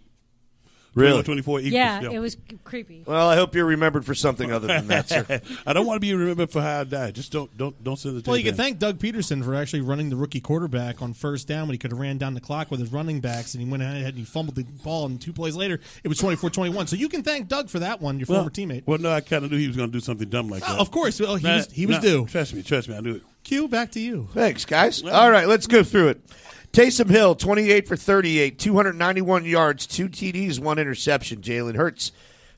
Really?
twenty four equals.
Yeah, it was creepy.
Well, I hope you're remembered for something other than that, sir.
I don't want to be remembered for how I died. Just don't don't don't send the.
Well, you can
tape in.
thank Doug Peterson for actually running the rookie quarterback on first down when he could have ran down the clock with his running backs, and he went ahead and he fumbled the ball, and two plays later, it was 24-21. So you can thank Doug for that one, your
Well,
former teammate. Ah,
Well, no, I kind of knew he was going to do something dumb like that.
of course, well, he
Nah,
was he was
nah,
due.
Trust me, trust me, I knew it.
Q, back to you.
Thanks, guys. All right, let's go through it. Taysom Hill, 28 for 38, 291 yards, two TDs, one interception. Jalen Hurts,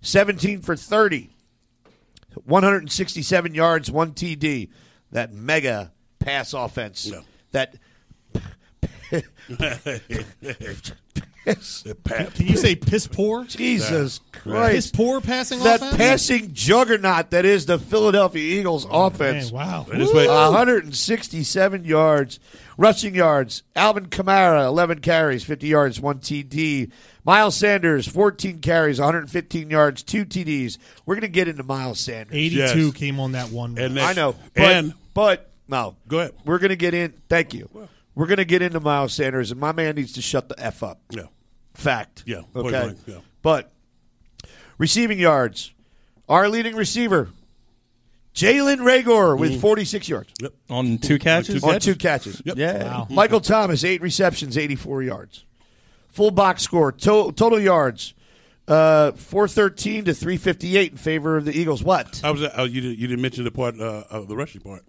17 for 30, 167 yards, one TD. That mega pass offense.
No.
That
Can you say piss poor?
Jesus
Piss
Christ.
poor passing
That
offense?
passing juggernaut that is the Philadelphia Eagles offense.
Oh, Man, wow.
This way,
167 yards. Rushing yards. Alvin Kamara, 11 carries, 50 yards, 1 TD. Miles Sanders, 14 carries, 115 yards, 2 TDs. We're going to get into Miles Sanders.
82
Yes.
came on that one.
And
run.
they-
I know. But,
And
but no.
Go ahead.
We're going to get in. Thank you. We're going to get into Miles Sanders, and my man needs to shut the F up.
yeah,
Fact.
Yeah, point
Okay.
blank, yeah.
But receiving yards. Our leading receiver, Jalen Rager, with 46 yards
Mm. On two catches.
on two catches.
Yeah.
Michael Thomas, eight receptions, 84 yards. Full box score, to- total yards, uh, 413 to 358 in favor of the Eagles. What?
I was. Uh, you didn't. You didn't mention the part. Uh, uh, the rushing part.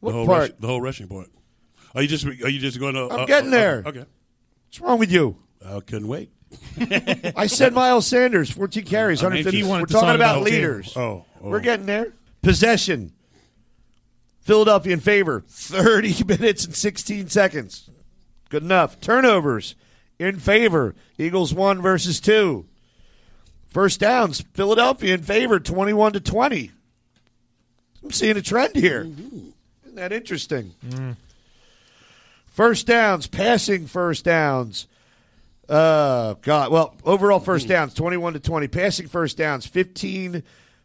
What
the whole
part?
rush- the whole rushing part. Are you just? Are you just going to? uh,
I'm getting there.
Okay.
What's wrong with you?
I couldn't wait.
I said Miles Sanders, 14 carries,
I mean,
150.
he wanted
We're
to
talking
talk
about,
about
leaders.
Oh, oh.
We're getting there. Possession. Philadelphia in favor, 30 minutes and 16 seconds. Good enough. Turnovers in favor, Eagles 1 versus 2. First downs, Philadelphia in favor, 21 to 20. I'm seeing a trend here. Isn't that interesting? First downs, passing first downs. Uh, God. Well, overall first downs, 21 to 20. Passing first downs, 15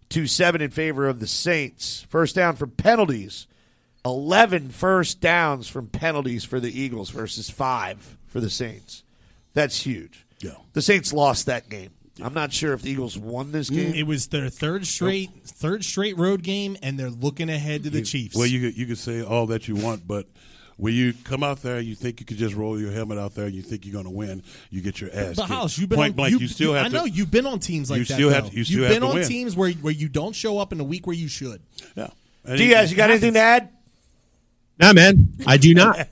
to 7 in favor of the Saints. First down from penalties, 11 first downs from penalties for the Eagles versus 5 for the Saints. That's huge.
Yeah.
The Saints lost that game. I'm not sure if the Eagles won this game.
it was their third straight third straight road game, and they're looking ahead to the Chiefs.
Well, you could, you could say all that you want, but when you come out there, you think you could just roll your helmet out there. You think you're going to win. You get your ass.
But
kicked.
House, you've been
point
on,
blank. You, still have
I
to.
know you've been on teams like
You
that.
still have
though.
to- you still
you've
have
been
to
on
win.
teams where where you don't show up in the week where you should.
Yeah. And
Diaz, you got anything to add?
Nah, man, I do not.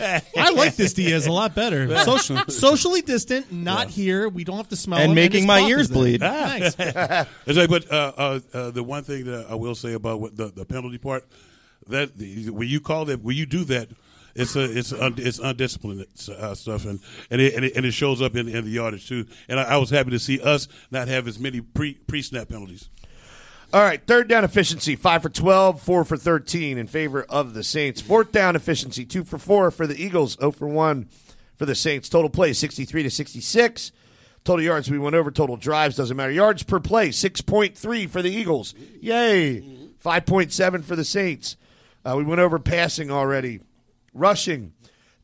I like this Diaz a lot better. Social, socially distant, not here. We don't have to smell
And
him,
making
his
my
cough
ears
is there.
bleed.
Thanks.
It's like, but uh, uh, uh, the one thing that I will say about what the, the penalty part that the, when you call that when you do that, it's a, it's un, it's undisciplined uh, stuff and and it, and it and it shows up in, in the yardage too. And I, I was happy to see us not have as many pre pre snap penalties.
All right, third down efficiency, 5 for 12, 4 for 13 in favor of the Saints. Fourth down efficiency, 2 for 4 for the Eagles, 0 for 1 for the Saints. Total plays, 63 to 66. Total yards, we went over. Total drives, doesn't matter. Yards per play, 6.3 for the Eagles. Yay. 5.7 for the Saints. Uh, we went over passing already. Rushing,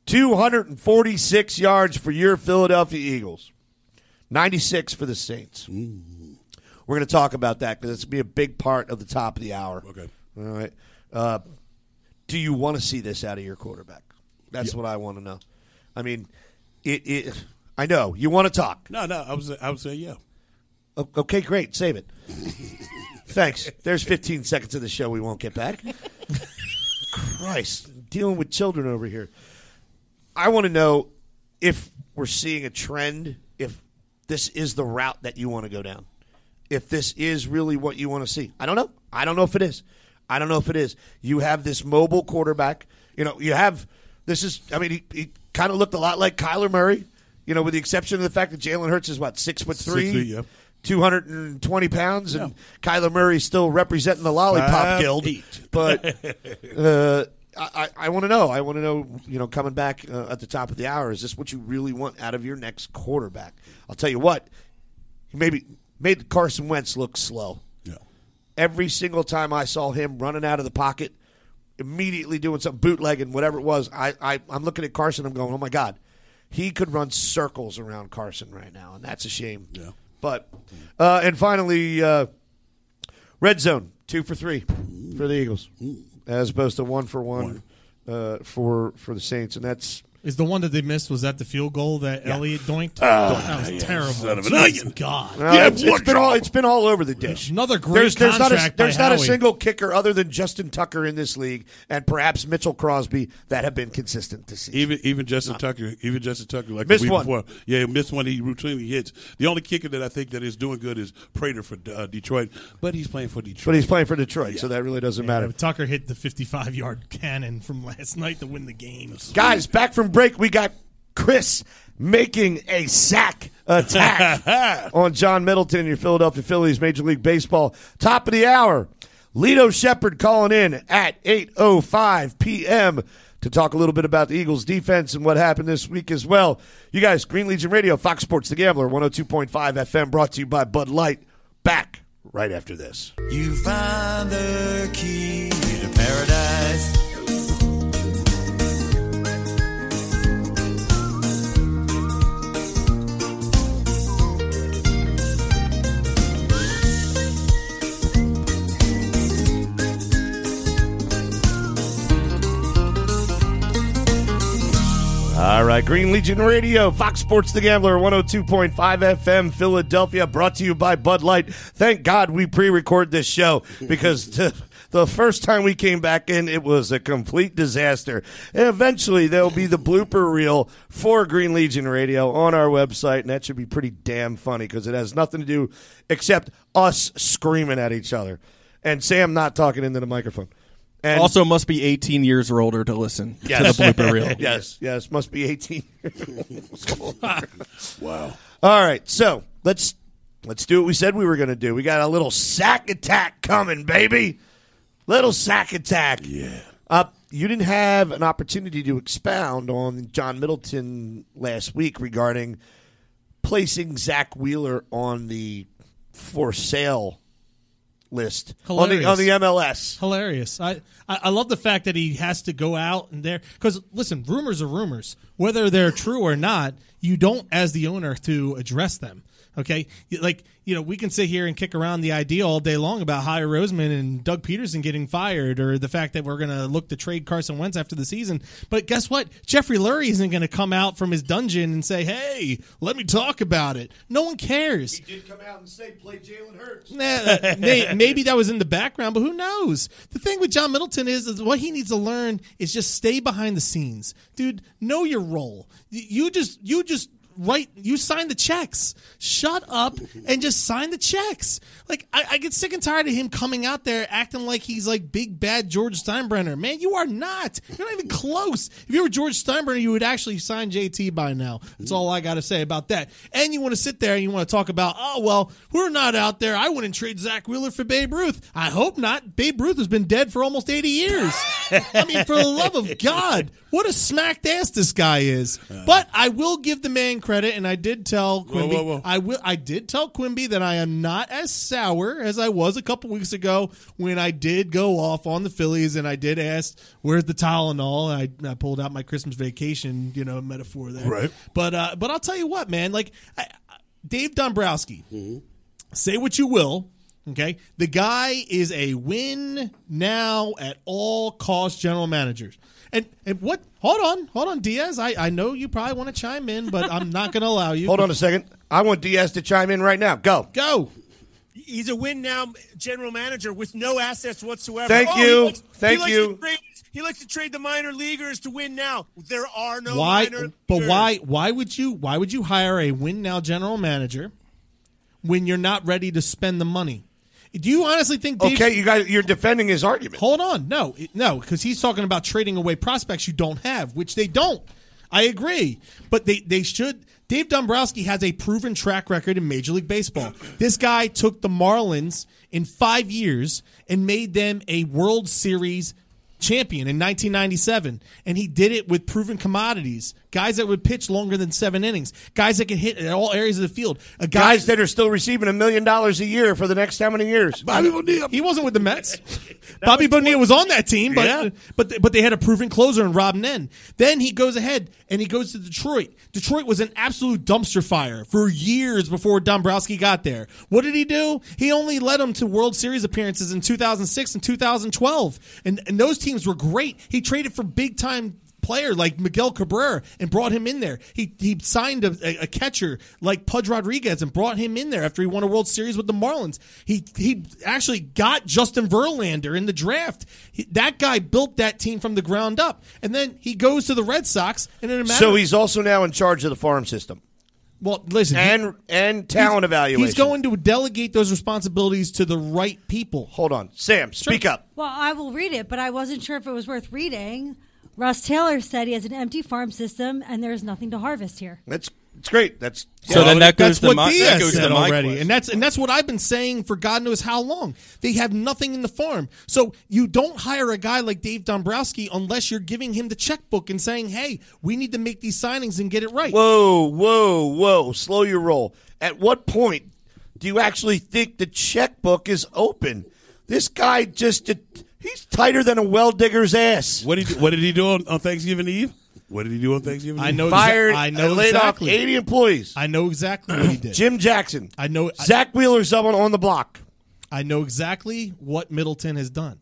246 yards for your Philadelphia Eagles, 96 for the Saints. We're going to talk about that because it's going to be a big part of the top of the hour.
Okay.
All right. Uh, do you want to see this out of your quarterback? That's what I want to know. I mean, it. it I know you want to talk.
No, no, I was I would say yeah.
O- Okay, great. Save it. Thanks. There's 15 seconds of the show we won't get back. Christ, dealing with children over here. I want to know if we're seeing a trend, if this is the route that you want to go down, if this is really what you want to see. I don't know. I don't know if it is. I don't know if it is. You have this mobile quarterback. You know, you have this is, I mean, he, he kind of looked a lot like Kyler Murray, you know, with the exception of the fact that Jalen Hurts is, what, six foot three?
three, yeah.
220 pounds, and Kyler Murray's still representing the Lollipop
Five
Guild.
eight.
But uh, I, I want to know. I want to know. You know, coming back uh, at the top of the hour, is this what you really want out of your next quarterback? I'll tell you what. He maybe made Carson Wentz look slow.
Yeah.
Every single time I saw him running out of the pocket, immediately doing some bootlegging, whatever it was, I, I I'm looking at Carson. I'm going, oh my god, he could run circles around Carson right now, and that's a shame. Yeah. But uh, and finally. Uh, Red zone, two for three for the Eagles, as opposed to one for one, Uh, for for the Saints, and that's
Is the one that they missed was that the field goal that Elliot doinked? that was terrible.
Ah, son of an
Jesus
onion.
God.
uh,
Yeah,
it's- it's
one
been all
job.
it's been all over the dish.
Another great
there's, there's not a
contract by
there's not a
Howie.
single kicker other than Justin Tucker in this league, and perhaps Mitchell Crosby that have been consistent this season.
Even even Justin Tucker, even Justin Tucker, like
Missed
the week
one.
before, yeah, he missed one. He routinely hits. The only kicker that I think that is doing good is Prater for uh, Detroit, but he's playing for Detroit.
But he's playing for Detroit, so that really doesn't matter.
Yeah, Tucker hit the 55 yard cannon from last night to win the game.
Guys, back from break, we got Chris making a sack attack on John Middleton, your Philadelphia Phillies, Major League Baseball. Top of the hour, Lito Shepard calling in at 8.05 p.m. to talk a little bit about the Eagles' defense and what happened this week as well. You guys, Green Legion Radio, Fox Sports The Gambler, 102.5 FM, brought to you by Bud Light. Back right after this.
You find the key to paradise.
All right, Green Legion Radio, Fox Sports The Gambler, 102.5 FM, Philadelphia, brought to you by Bud Light. Thank God we pre record this show because the, the first time we came back in, it was a complete disaster. And eventually, there'll be the blooper reel for Green Legion Radio on our website, and that should be pretty damn funny because it has nothing to do except us screaming at each other and Sam not talking into the microphone. And
Also, must be 18 years or older to listen
Yes.
to the blooper reel.
yes, yes, must be 18
wow.
All right, so let's let's do what we said we were going to do. We got a little sack attack coming, baby. Little sack attack. Yeah. Uh, you didn't have an opportunity to expound on John Middleton last week regarding placing Zach Wheeler on the for sale list on the, on the
Hilarious.
MLS.
hilarious. I, I I love the fact that he has to go out and there because listen, rumors are rumors. whether they're true or not, you don't, as the owner, to address them. Okay, You- like you know, we can sit here and kick around the idea all day long about Howie Roseman and Doug Peterson getting fired, or the fact that we're going to look to trade Carson Wentz after the season. But guess what? Jeffrey Lurie isn't going to come out from his dungeon and say, "Hey, let me talk about it." No one cares.
did come out and say play Jalen Hurts.
Nah, may- maybe that was in the background, but who knows? The thing with John Middleton is, is what he needs to learn is just stay behind the scenes, dude. Know your role. Y- You just you just write you sign the checks. Shut up and just sign the checks. Like I, I get sick and tired of him coming out there acting like he's like big bad George Steinbrenner. Man, you are not. You're not even close. If you were George Steinbrenner, you would actually sign JT by now. That's all I got to say about that. And you want to sit there and you want to talk about, oh, well, we're not out there. I wouldn't trade Zach Wheeler for Babe Ruth. I hope not. Babe Ruth has been dead for almost 80 years. I mean, for the love of God, what a smacked ass this guy is. But I will give the man credit, and I did tell Quimby.
whoa, whoa.
I will. I did tell Quimby that I am not as sour as I was a couple weeks ago when I did go off on the Phillies and I did ask, "Where's the Tylenol?" And I, I pulled out my Christmas vacation, you know, metaphor there.
Right.
But uh, but I'll tell you what, man. Like I, I- Dave Dombrowski,
Mm-hmm.
say what you will. Okay, the guy is a win now at all cost general managers. And, and what? Hold on, hold on, Diaz. I, I know you probably want to chime in, but I'm not going to allow you.
Hold on a second. I want Diaz to chime in right now. Go.
go.
He's a win now general manager with no assets whatsoever. Oh,
Thank
he
you.
likes-
Thank
he likes
you.
To trade, he likes to trade the minor leaguers to win now. There are no
why
minor
but
leaguers.
why why would you why would you hire a win now general manager when you're not ready to spend the money do you honestly think Dave,
Okay, you guys, you're defending his argument.
hold on no it- no because he's talking about trading away prospects you don't have which they don't i agree but they they should dave dombrowski has a proven track record in major league baseball this guy took the marlins in five years and made them a world series champion in 1997 and he did it with proven commodities guys that would pitch longer than seven innings guys that can hit in all areas of the field a guy
Guys that are still receiving a million dollars a year for the next how many years?
Bobby Bonilla.
He wasn't with the Mets. Bobby Bonilla was on that team, but
Yeah.
but they, but they had a proven closer in Rob Nen. Then he goes ahead and he goes to Detroit. Detroit was an absolute dumpster fire for years before Dombrowski got there. What did he do? He only led them to World Series appearances in 2006 and 2012, and and those teams were great. He traded for big time player like Miguel Cabrera and brought him in there. He he signed a, a, a catcher like Pudge Rodriguez and brought him in there after he won a World Series with the Marlins. He he actually got Justin Verlander in the draft. He- that guy built that team from the ground up, and then he goes to the Red Sox, and in a matter
So he's also now in charge of the farm system
well, listen, he-
and and talent
he's-
evaluation.
He's going to delegate those responsibilities to the right people.
Hold on, Sam. Speak up.
Well, I will read it, but I wasn't sure if it was worth reading. Russ Taylor said he has an empty farm system and there is nothing to harvest here.
That's it's great. That's
So then that
That's
goes to
what
my
Diaz
that goes
said
to my
already,
question.
and that's and that's what I've been saying for God knows how long. They have nothing in the farm, so you don't hire a guy like Dave Dombrowski unless you're giving him the checkbook and saying, "Hey, we need to make these signings and get it right."
whoa, whoa, whoa. Slow your roll. At what point do you actually think the checkbook is open? This guy just he's tighter than a well digger's ass.
What did he, what did he do on, on Thanksgiving Eve? What did he do on Thanksgiving?
I
Eve?
know. exa-
Fired,
I know
and laid
exactly.
off eighty employees.
I know exactly what he did.
Jim Jackson.
I know- I-
Zach Wheeler's someone on the block.
I know exactly what Middleton has done,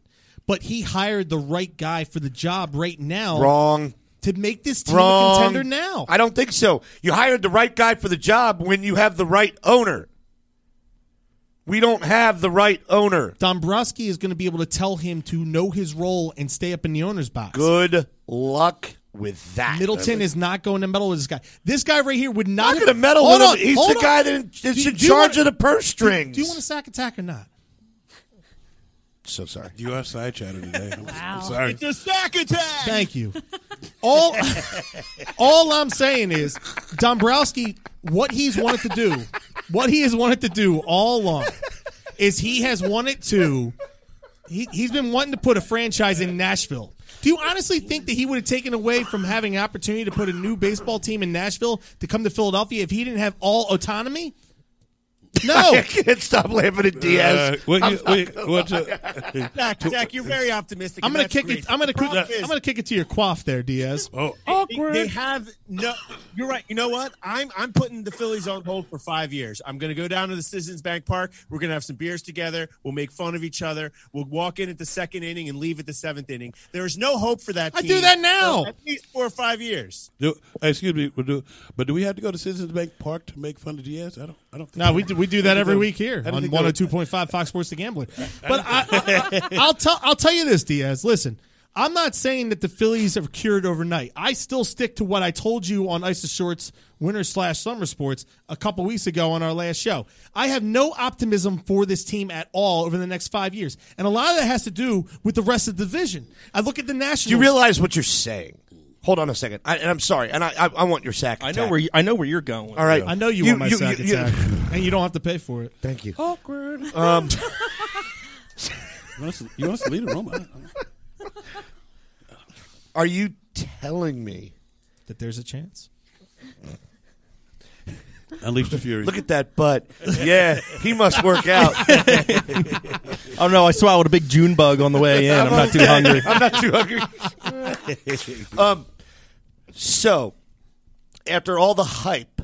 but he hired the right guy for the job right now.
Wrong.
To make this team
Wrong.
a contender now.
I don't think so. You hired the right guy for the job when you have the right owner. We don't have the right owner.
Dombrowski is going to be able to tell him to know his role and stay up in the owner's box.
Good luck with that.
Middleton is not going to meddle with this guy. This guy right here would not
not
have-
going to meddle
Hold
with
on,
him. He's
hold
the
on.
guy that
Do
is
you-
in
do you
charge
wanna-
of the purse strings.
Do you want to sack attack or not?
so sorry.
You are side chatted today. I'm,
Wow.
I'm sorry.
It's a sack attack.
Thank you. All, all I'm saying is Dombrowski. What he's wanted to do, what he has wanted to do all along, is he has wanted to. He, he's been wanting to put a franchise in Nashville. Do you honestly think that he would have taken away from having an opportunity to put a new baseball team in Nashville to come to Philadelphia if he didn't have all autonomy? No.
I can't stop laughing at Diaz.
Uh, what
I'm
you-
not
wait,
gonna
what,
lie.
uh,
Zach, Zach, you're very optimistic.
I'm
and
gonna
that's
kick
great.
it. I'm gonna
The
kick,
problem
I'm
is-
gonna kick it to your quaff there, Diaz.
Oh,
They, they have no. You're right. You know what? I'm I'm putting the Phillies on hold for five years. I'm going to go down to the Citizens Bank Park. We're going to have some beers together. We'll make fun of each other. We'll walk in at the second inning and leave at the seventh inning. There is no hope for that.
I
team
do that
for
now.
At least four or five years.
do, excuse me, we do, but do we have to go to Citizens Bank Park to make fun of Diaz? I don't. I don't. Think
No, we do, we do that every
that-
week here
I don't
on
think that-
102.5 Fox Sports The Gambler. But I, I, I, I'll tell I'll tell you this, Diaz. Listen, I'm not saying that the Phillies are cured overnight. I still stick to what I told you on Ice of Shorts Winter slash Summer Sports a couple weeks ago on our last show. I have no optimism for this team at all over the next five years, and a lot of that has to do with the rest of the division. I look at the Nationals.
Do you realize what you're saying? Hold on a second. I, and I'm sorry. And I, I, I want your sack.
I know
attack.
where you, I know where you're going.
All right.
Bill.
I know you,
You-
want my
you-
sack
you- you-
attack, and you don't have to pay for it. Oh.
Thank you.
Awkward.
Um,
You want us to- you want us to lead a room? I don't-
are you telling me?
That there's a chance.
Unleash the fury.
Look at that butt. Yeah, he must work out.
I don't know. Oh, I swallowed a big June bug on the way in. I'm not too hungry.
I'm not too hungry. um, so, after all the hype,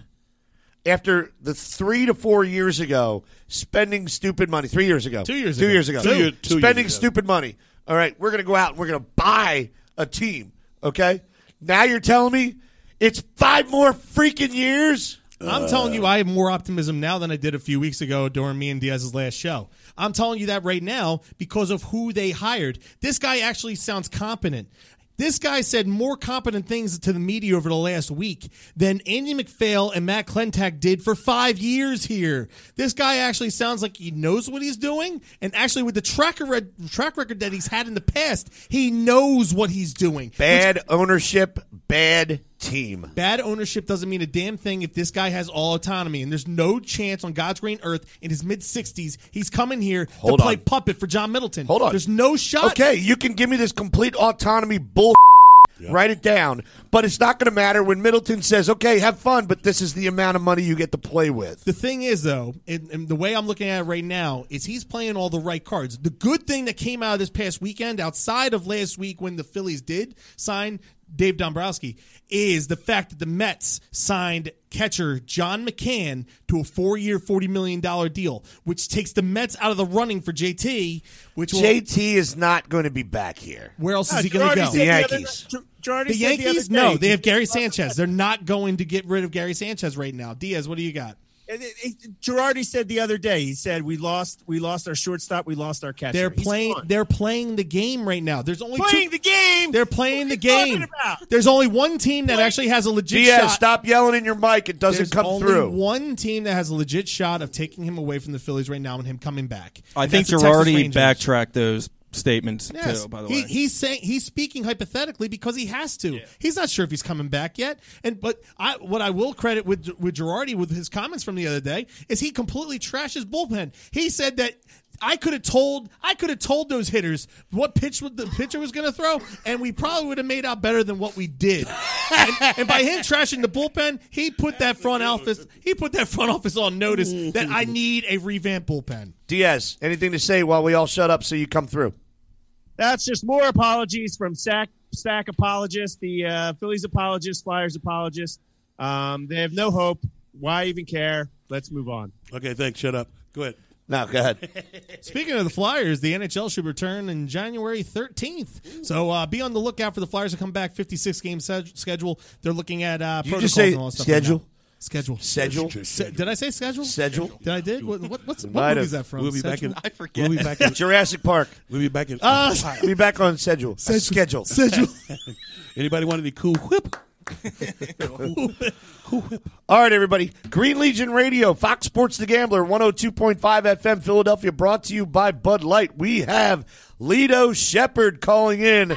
after the three to four years ago, spending stupid money, three years ago,
Two years
two
ago.
years ago,
Two year- two years
spending
ago.
stupid money. All right, we're going to go out and we're going to buy a team. Okay, now you're telling me it's five more freaking years.
I'm telling you, I have more optimism now than I did a few weeks ago during me and Diaz's last show. I'm telling you that right now because of who they hired. This guy actually sounds competent. This guy said more competent things to the media over the last week than Andy McPhail and Matt Clentak did for five years here. This guy actually sounds like he knows what he's doing, and actually with the track record, track record that he's had in the past, he knows what he's doing.
Bad ownership, bad team.
Bad ownership doesn't mean a damn thing if this guy has all autonomy, and there's no chance on God's green earth in his mid 60s he's coming here
Hold
to play
on.
puppet for John Middleton.
Hold on.
there's no shot.
Okay, you can give me this complete autonomy bull. Write it down, but it's not going to matter when Middleton says, "Okay, have fun," but this is the amount of money you get to play with.
The thing is, though, and, and the way I'm looking at it right now is he's playing all the right cards. The good thing that came out of this past weekend, outside of last week when the Phillies did sign Dave Dombrowski, is the fact that the Mets signed catcher John McCann to a four-year, forty million dollar deal, which takes the Mets out of the running for JT. Which will,
JT is not going to be back here.
where else
Uh,
is he going to
Girardi
go?
said
The
other
Yankees.
night- Gir- Girardi
The
said other
Yankees?
day-
No, they have Gary Sanchez. They're not going to get rid of Gary Sanchez right now. Diaz, what do you got?
And it- it- Girardi said the other day. He said we lost. We lost our shortstop. We lost our catcher.
They're
He's
playing.
gone.
They're playing the game right now. There's only
playing the
two,
game.
They're playing the
What are you
game.
talking about?
There's only one team that
Playing-
actually has a legit
Diaz,
shot.
stop yelling in your mic; it doesn't
There's
come
only
through.
one team that has a legit shot of taking him away from the Phillies right now and him coming back.
I
And
think
that's the Texas
Girardi
Rangers.
backtracked those statements
Yes.
too. By the
He-
way,
he's saying he's speaking hypothetically because he has to. He's not sure if he's coming back yet. And but I what I will credit with with Girardi with his comments from the other day is he completely trashes bullpen. He said that. I could have told I could have told those hitters what pitch would- the pitcher was going to throw, and we probably would have made out better than what we did. and, and by him trashing the bullpen, he put that front office he put that front office on notice that I need a revamped bullpen.
Diaz, anything to say while we all shut up so you come through?
That's just more apologies from Sack Sack apologist, the uh, Phillies apologist, Flyers apologist. Um, they have no hope. Why even care? Let's move on.
Okay, thanks. Shut up. Go ahead.
No, go ahead.
Speaking of the Flyers, the NHL should return in January 13th. So uh, be on the lookout for the Flyers to come back. 56 game sed- schedule. They're looking at uh,
You
protocols
just say
and all that stuff
schedule?
right now. schedule.
Schedule.
Se- did I say schedule?
Schedule.
Did I did? What, what, what's,
Might
what
have.
movie is that from?
We'll be back in.
Schedule?
I forget. We'll be back in.
Jurassic Park.
We'll be back in.
Be back on schedule. Schedule.
Ah, Schedule.
Anybody want any cool whip?
All right, everybody. Green Legion Radio, Fox Sports The Gambler, 102.5 FM Philadelphia, brought to you by Bud Light. We have Lido Shepherd calling in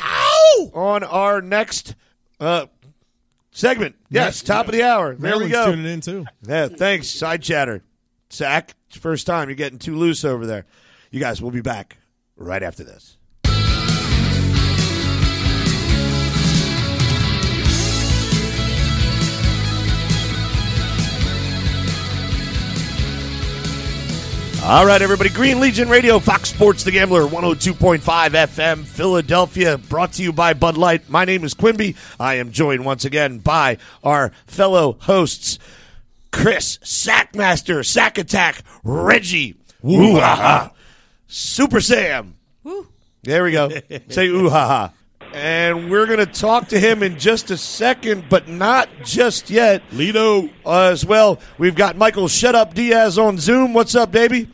on our next uh, segment. Yes, top of the hour. There we
Maryland's
go.
tuning in too.
Yeah, thanks, Side Chatter. Zach, it's first time you're getting too loose over there. You guys, we'll be back right after this. All right, everybody. Green Legion Radio, Fox Sports The Gambler, 102.5 FM, Philadelphia, brought to you by Bud Light. My name is Quimby. I am joined once again by our fellow hosts, Chris Sackmaster, Sack Attack, Reggie, Woo Ha, Super Sam. There we go. Say ooh ha ha. And we're going to talk to him in just a second, but not just yet.
Lido.
as well, we've got Michael Shut Up Diaz on Zoom. What's up, baby?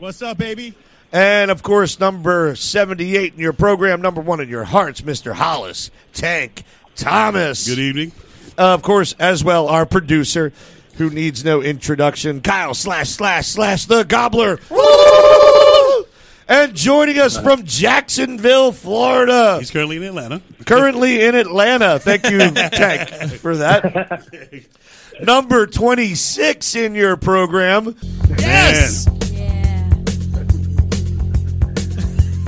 What's up, baby?
And of course, number 78 in your program, number one in your hearts, Mr. Hollis Tank Thomas. Good
evening.
of course, as well, our producer, who needs no introduction, Kyle slash slash slash the Gobbler. And joining us from Jacksonville, Florida. He's
currently in Atlanta.
Currently in Atlanta. Thank you, Tank, for that. Number 26 in your program.
Yes.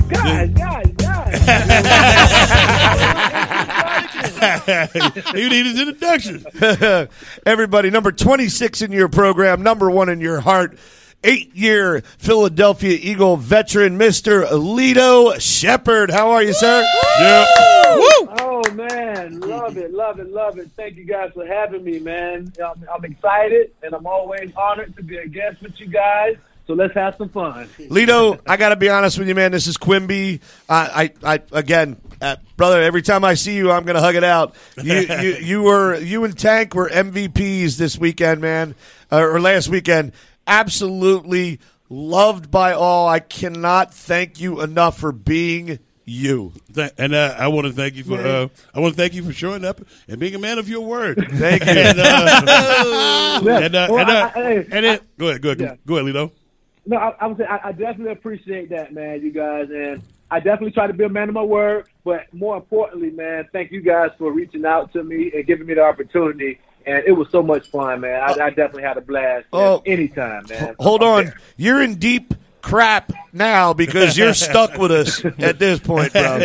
Guys, guys, guys.
you need his introduction.
Everybody, number 26 in your program, number one in your heart, eight year Philadelphia Eagle veteran, Mr. Alito Shepard. How are you, sir?
Oh man, love it, love it, love it. Thank you guys for having me, man. I'm, I'm excited, and I'm always honored to be a guest with you guys. So let's have some fun.
Lito, I got to be honest with you, man. This is Quimby. I, I, I again, uh, brother. Every time I see you, I'm gonna hug it out. You, you, you were, you and Tank were MVPs this weekend, man, uh, or last weekend. Absolutely loved by all. I cannot thank you enough for being you.
Th- and uh, I want to thank you for uh, I want to thank you for showing up and being a man of your word.
Thank you.
and, uh,
Yeah.
and, uh,
Well,
and, uh,
I- I-
and it, go ahead, go ahead,
Yeah.
go ahead, Lito.
No, I, I, would say I, I definitely appreciate that, man, you guys. And I definitely try to be a man of my word. But more importantly, man, thank you guys for reaching out to me and giving me the opportunity. And it was so much fun, man. I, I definitely had a blast. man.
Oh.
anytime, man.
Hold on, you're in deep crap now because you're stuck with us at this point, bro.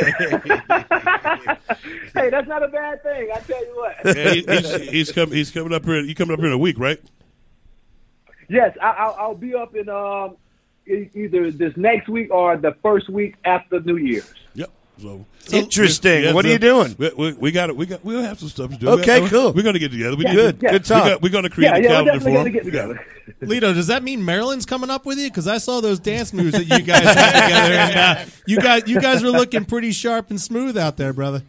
hey, that's not a bad thing. I tell you what.
Yeah, he, he's he's, come, he's coming up here. You coming up here in a week, right?
Yes, I, I'll, I'll be up in um e- either this next week or the first week after New Year's.
Yep. So,
Interesting.
we- we
What
have
are
to-
you doing?
We, we, we got it. We got. We'll have some stuff to do.
Okay,
We-
cool.
We're going to get together. We
Yeah,
do.
good, good
We
time.
got, we're going to create a
Yeah, yeah, we're
calendar
definitely
for
gonna
him.
get
We got it.
Lito, does that mean Maryland's coming up with you? Because I saw those dance moves that you guys had together, and uh, you guys, you guys were looking pretty sharp and smooth out there, brother.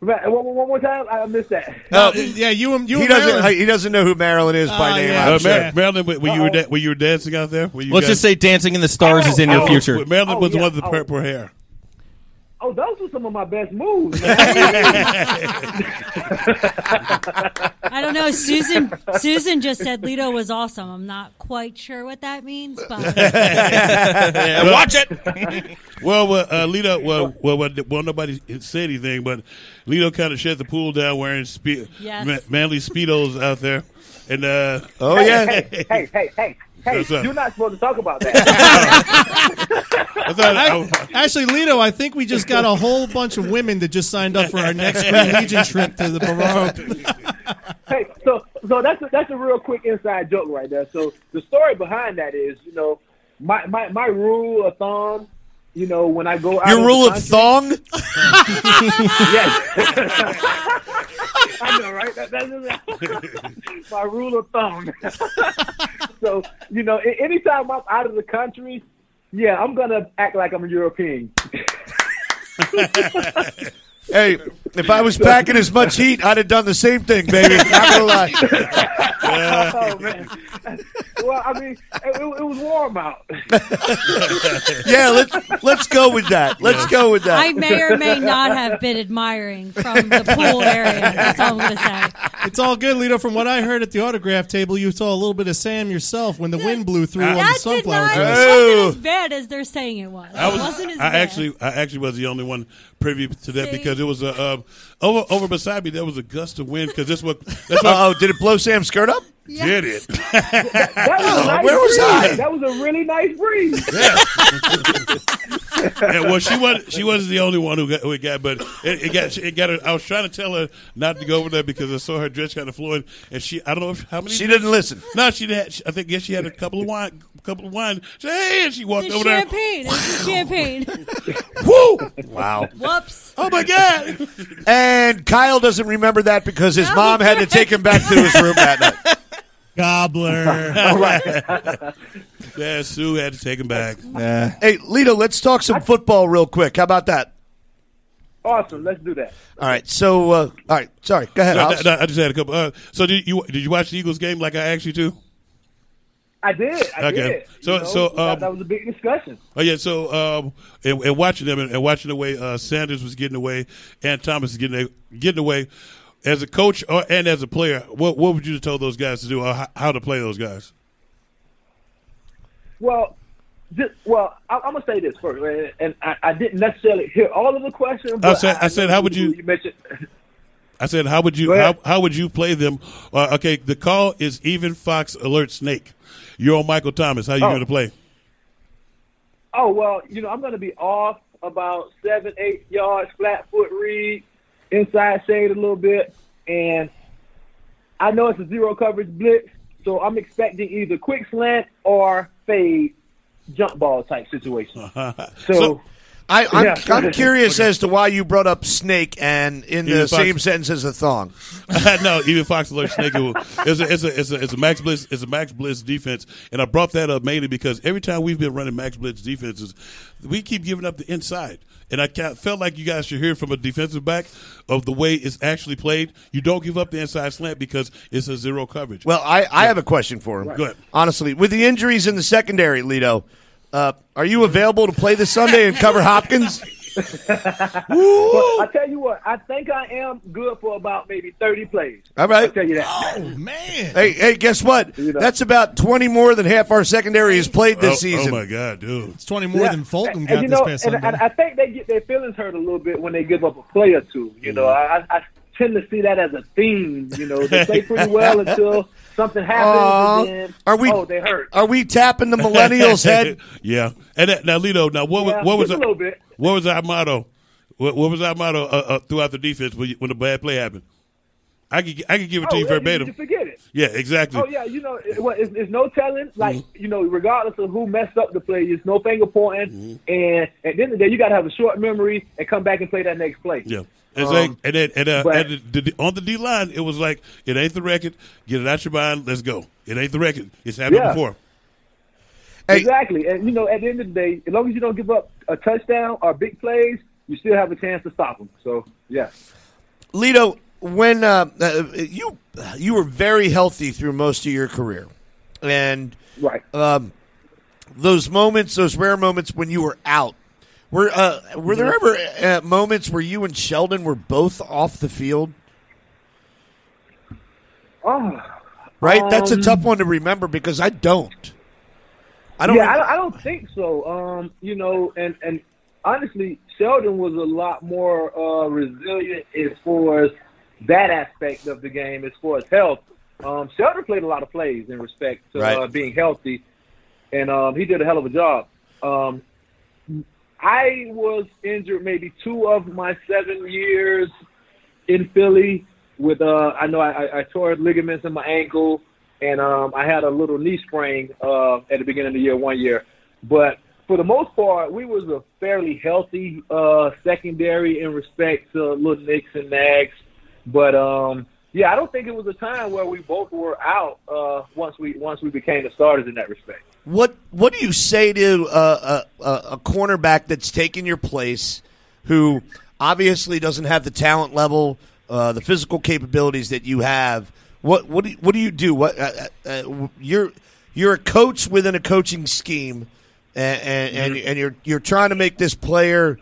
Right, One, one- one more time, I missed that.
No,
Uh,
yeah, you and you.
he
and
doesn't.
Maryland.
He doesn't know who Maryland is by
Oh,
name.
yeah.
I'm
Uh,
sure.
Mar- Marilyn, when when you were da- when you were dancing out there, when you
Let's
guys-
just say Dancing in the Stars is in your
Oh,
future.
Marilyn was the
yeah.
one with the
Oh.
purple hair.
Oh, those were some of my best moves. man.
I don't know. Susan Susan just said Lito was awesome. I'm not quite sure what that means, but
watch it. well, well, uh, Lito, well, well, well, well, nobody said anything, but Lito kind of shut the pool down wearing spe-
Yes.
ma- manly speedos out there, and uh,
Oh,
hey, Oh, Hey, hey, hey, hey. hey,
What's up?
you're not supposed to talk about that.
I thought I,
Actually, Lito, I think we just got a whole bunch of women that just signed up for our next Green Legion trip to the Baroque.
hey, so so that's a, that's a real quick inside joke right there. So the story behind that is, you know, my my, my rule of thumb, you know, when I go out
Your
in
rule
the country-
of thong?
yes. I know, right? That, that's my rule of thumb. so, you know, a- anytime I'm out of the country, yeah, I'm going to act like I'm a European.
Hey, if I was packing as much heat, I'd have done the same thing, baby. Not gonna lie.
oh, man. Well, I mean, it, it it was warm out.
Yeah, let's let's go with that. Let's go with that.
I may or may not have been admiring from the pool area. That's all I'm going to say.
It's all good, Lito. From what I heard at the autograph table, you saw a little bit of Sam yourself when the wind blew through on the
That did
sunflower
not, it
dress.
wasn't as bad as they're saying it was.
I
it
was.
wasn't as
I
bad.
actually, I actually was the only one privy to that
See?
because it um, was a uh, over over beside me. There was a gust of wind because that's what. That's what
Uh oh, did it blow Sam's skirt up?
Did it?
That was a nice
Uh, where was
breeze.
I?
That was a really nice breeze.
yeah, well, she wasn't. She wasn't the only one who got. Who it got but it, it got. It got her. I was trying to tell her not to go over there because I saw her dress kind of flowing, and she. I don't know if, how many.
She didn't listen.
No, she didn't. She, I think yes, she had a couple of wine. Couple of wine. She, hey, and she walked
It's
over
champagne. It's champagne.
there. Woo!
Wow.
Whoops.
Oh my God!
And Kyle doesn't remember that because his mom had to take him back to his room that night.
Gobbler.
All right.
yeah, Sue had to take him back.
Hey, Lita, let's talk some football real quick. How about that?
Awesome. Let's do that.
All right. So, uh, all right. Sorry. Go ahead.
No,
Hobbs.
no, no, I just had a couple. Uh, so did you did you watch the Eagles game like I asked you to?
I did. I
Okay.
did.
So-
You know,
so,
that,
um,
that was a big discussion.
Oh yeah, so um, and, and watching them and, and watching the way uh, Sanders was getting away and Thomas is getting getting away as a coach or, and as a player, what what would you tell those guys to do or how, how to play those guys?
Well, just, well, I, I'm gonna say this first, and, and I, I didn't necessarily hear all of the questions. But
said- I said,
know
how would you-
You mentioned
I said, how would you how, how would you play them? Uh, okay, the call is even fox alert snake. You're on Michael Thomas. How you
Oh.
going to play?
Oh well, you know I'm going to be off about seven, eight yards, flat foot read, inside shade a little bit, and I know it's a zero coverage blitz, so I'm expecting either quick slant or fade, jump ball type situation. So,
I, I'm,
Yeah.
I'm curious as to why you brought up snake and
Even
in the
if I-
same sentence as a thong.
no, even Fox alert snake. It will- It's a, it's a it's a it's a Max Blitz it's a Max Blitz defense, and I brought that up mainly because every time we've been running Max Blitz defenses, we keep giving up the inside, and I ca- felt like you guys should hear from a defensive back of the way it's actually played. You don't give up the inside slant because it's a zero coverage.
Well, I, I have a question for him.
Right. Go ahead.
Honestly, with the injuries in the secondary, Lito, uh, are you available to play this Sunday and cover Hopkins?
but I tell you what, I think I am good for about maybe 30 plays.
All right.
I'll tell you that.
Oh man.
Hey, hey, guess what? That's about 20 more than half our secondary has played
oh,
this season.
oh my god, dude!
It's 20 more
Yeah.
than Fulton
And-
got
and, you
this
know,
past
and,
Sunday.
and I think they get their feelings hurt a little bit when they give up a play or two. You know, I, I- I tend to see that as a theme. You know, they play pretty well until something
Aw.
happens. and then,
are we
Oh, they hurt. Oh,
Are we tapping the millennials' head?
yeah, and that, now Lito, now what
Yeah,
was what was
just a little
our-
bit.
what was our motto? What, what was our motto uh, uh, throughout the defense when, you- when a bad play happened? I could I could give it to
Oh,
you
yeah,
verbatim.
You, you forget it.
Yeah, exactly.
Oh yeah, you know, it, well, it's, it's no telling. Like
Mm-hmm.
you know, regardless of who messed up the play, it's no finger pointing.
Mm-hmm.
And at the end of the day, you got to have a short memory and come back and play that next play.
Yeah. It's like,
Um,
and then, and, uh,
but-
and the, the, on the D line, it was like, it ain't the record. Get it out your mind. Let's go. It ain't the record. It's happened
Yeah.
before.
Hey.
Exactly. And, you know, at the end of the day, as long as you don't give up a touchdown or big plays, you still have a chance to stop them. So, yeah.
Lito, when uh, uh, you you were very healthy through most of your career, and
Right.
um, those moments, those rare moments when you were out, were uh, were there ever uh, moments where you and Sheldon were both off the field?
Oh.
Right, that's a
Um,
tough one to remember because I don't. I don't.
yeah,
rem-
I, don't, I don't think so. Um, you know, and and honestly, Sheldon was a lot more uh, resilient as far as that aspect of the game, as far as health. Um, Sheldon played a lot of plays in respect to uh,
Right.
being healthy, and um, he did a hell of a job. Um, I was injured maybe two of my seven years in Philly. With uh, I know I, I- I tore ligaments in my ankle, and um, I had a little knee sprain uh, at the beginning of the year one year. But for the most part, we was a fairly healthy uh, secondary in respect to little nicks and nags. But um, yeah, I don't think it was a time where we both were out uh, once we once we became the starters in that respect.
What What do you say to uh, a, a, a cornerback that's taken your place, who obviously doesn't have the talent level, uh, the physical capabilities that you have? What What do you, What do you do? What uh, uh, uh, you're You're a coach within a coaching scheme, and and, and, and you're you're trying to make this player.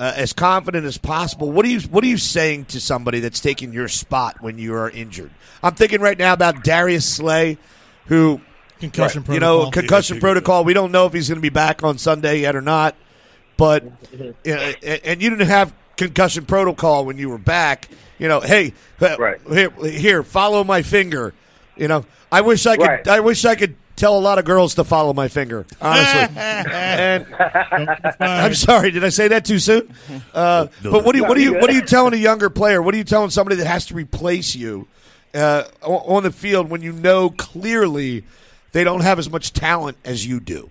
Uh, as confident as possible. What are you What are you saying to somebody that's taking your spot when you are injured? I'm thinking right now about Darius Slay, who
Concussion
you know,
protocol.
concussion
Yeah,
protocol. We don't know if he's going to be back on Sunday yet or not. But
Mm-hmm.
uh, and you didn't have concussion protocol when you were back. You know, hey, uh,
Right.
here, here, follow my finger. You know, I wish I could.
Right.
I wish I could tell a lot of girls to follow my finger. Honestly, and I'm sorry. Did I say that too soon? Uh,
No,
but what do you
no.
what do you
No,
what are
you-
you telling a younger player? What are you telling somebody that has to replace you uh, o- on the field when you know clearly they don't have as much talent as you do?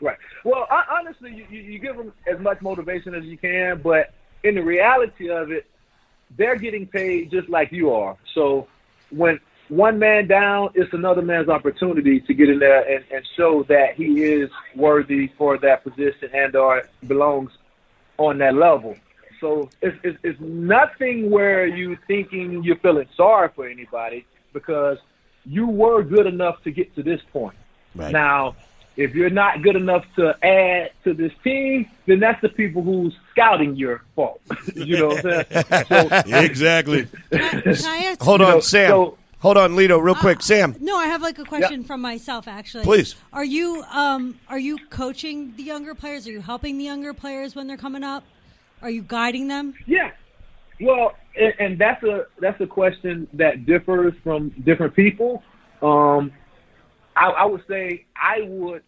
Right. Well, I, honestly, you, you, you give them as much motivation as you can, but in the reality of it, they're getting paid just like you are. So when one man down, it's another man's opportunity to get in there and, and show that he is worthy for that position and or belongs on that level. So it's, it's, it's nothing where you thinking you're feeling sorry for anybody because you were good enough to get to this point.
Right.
Now, if you're not good enough to add to this team, then that's the people who's scouting your fault. you know what I'm saying?
exactly.
ask-
Hold
You
on,
know,
Sam.
so-
Hold on, Lito, real quick, Sam.
No, I have like a question from myself actually.
Please.
Are you um are you coaching the younger players? Are you helping the younger players when they're coming up? Are you guiding them?
Yeah. Well, and, and that's a that's a question that differs from different people. Um, I, I would say I would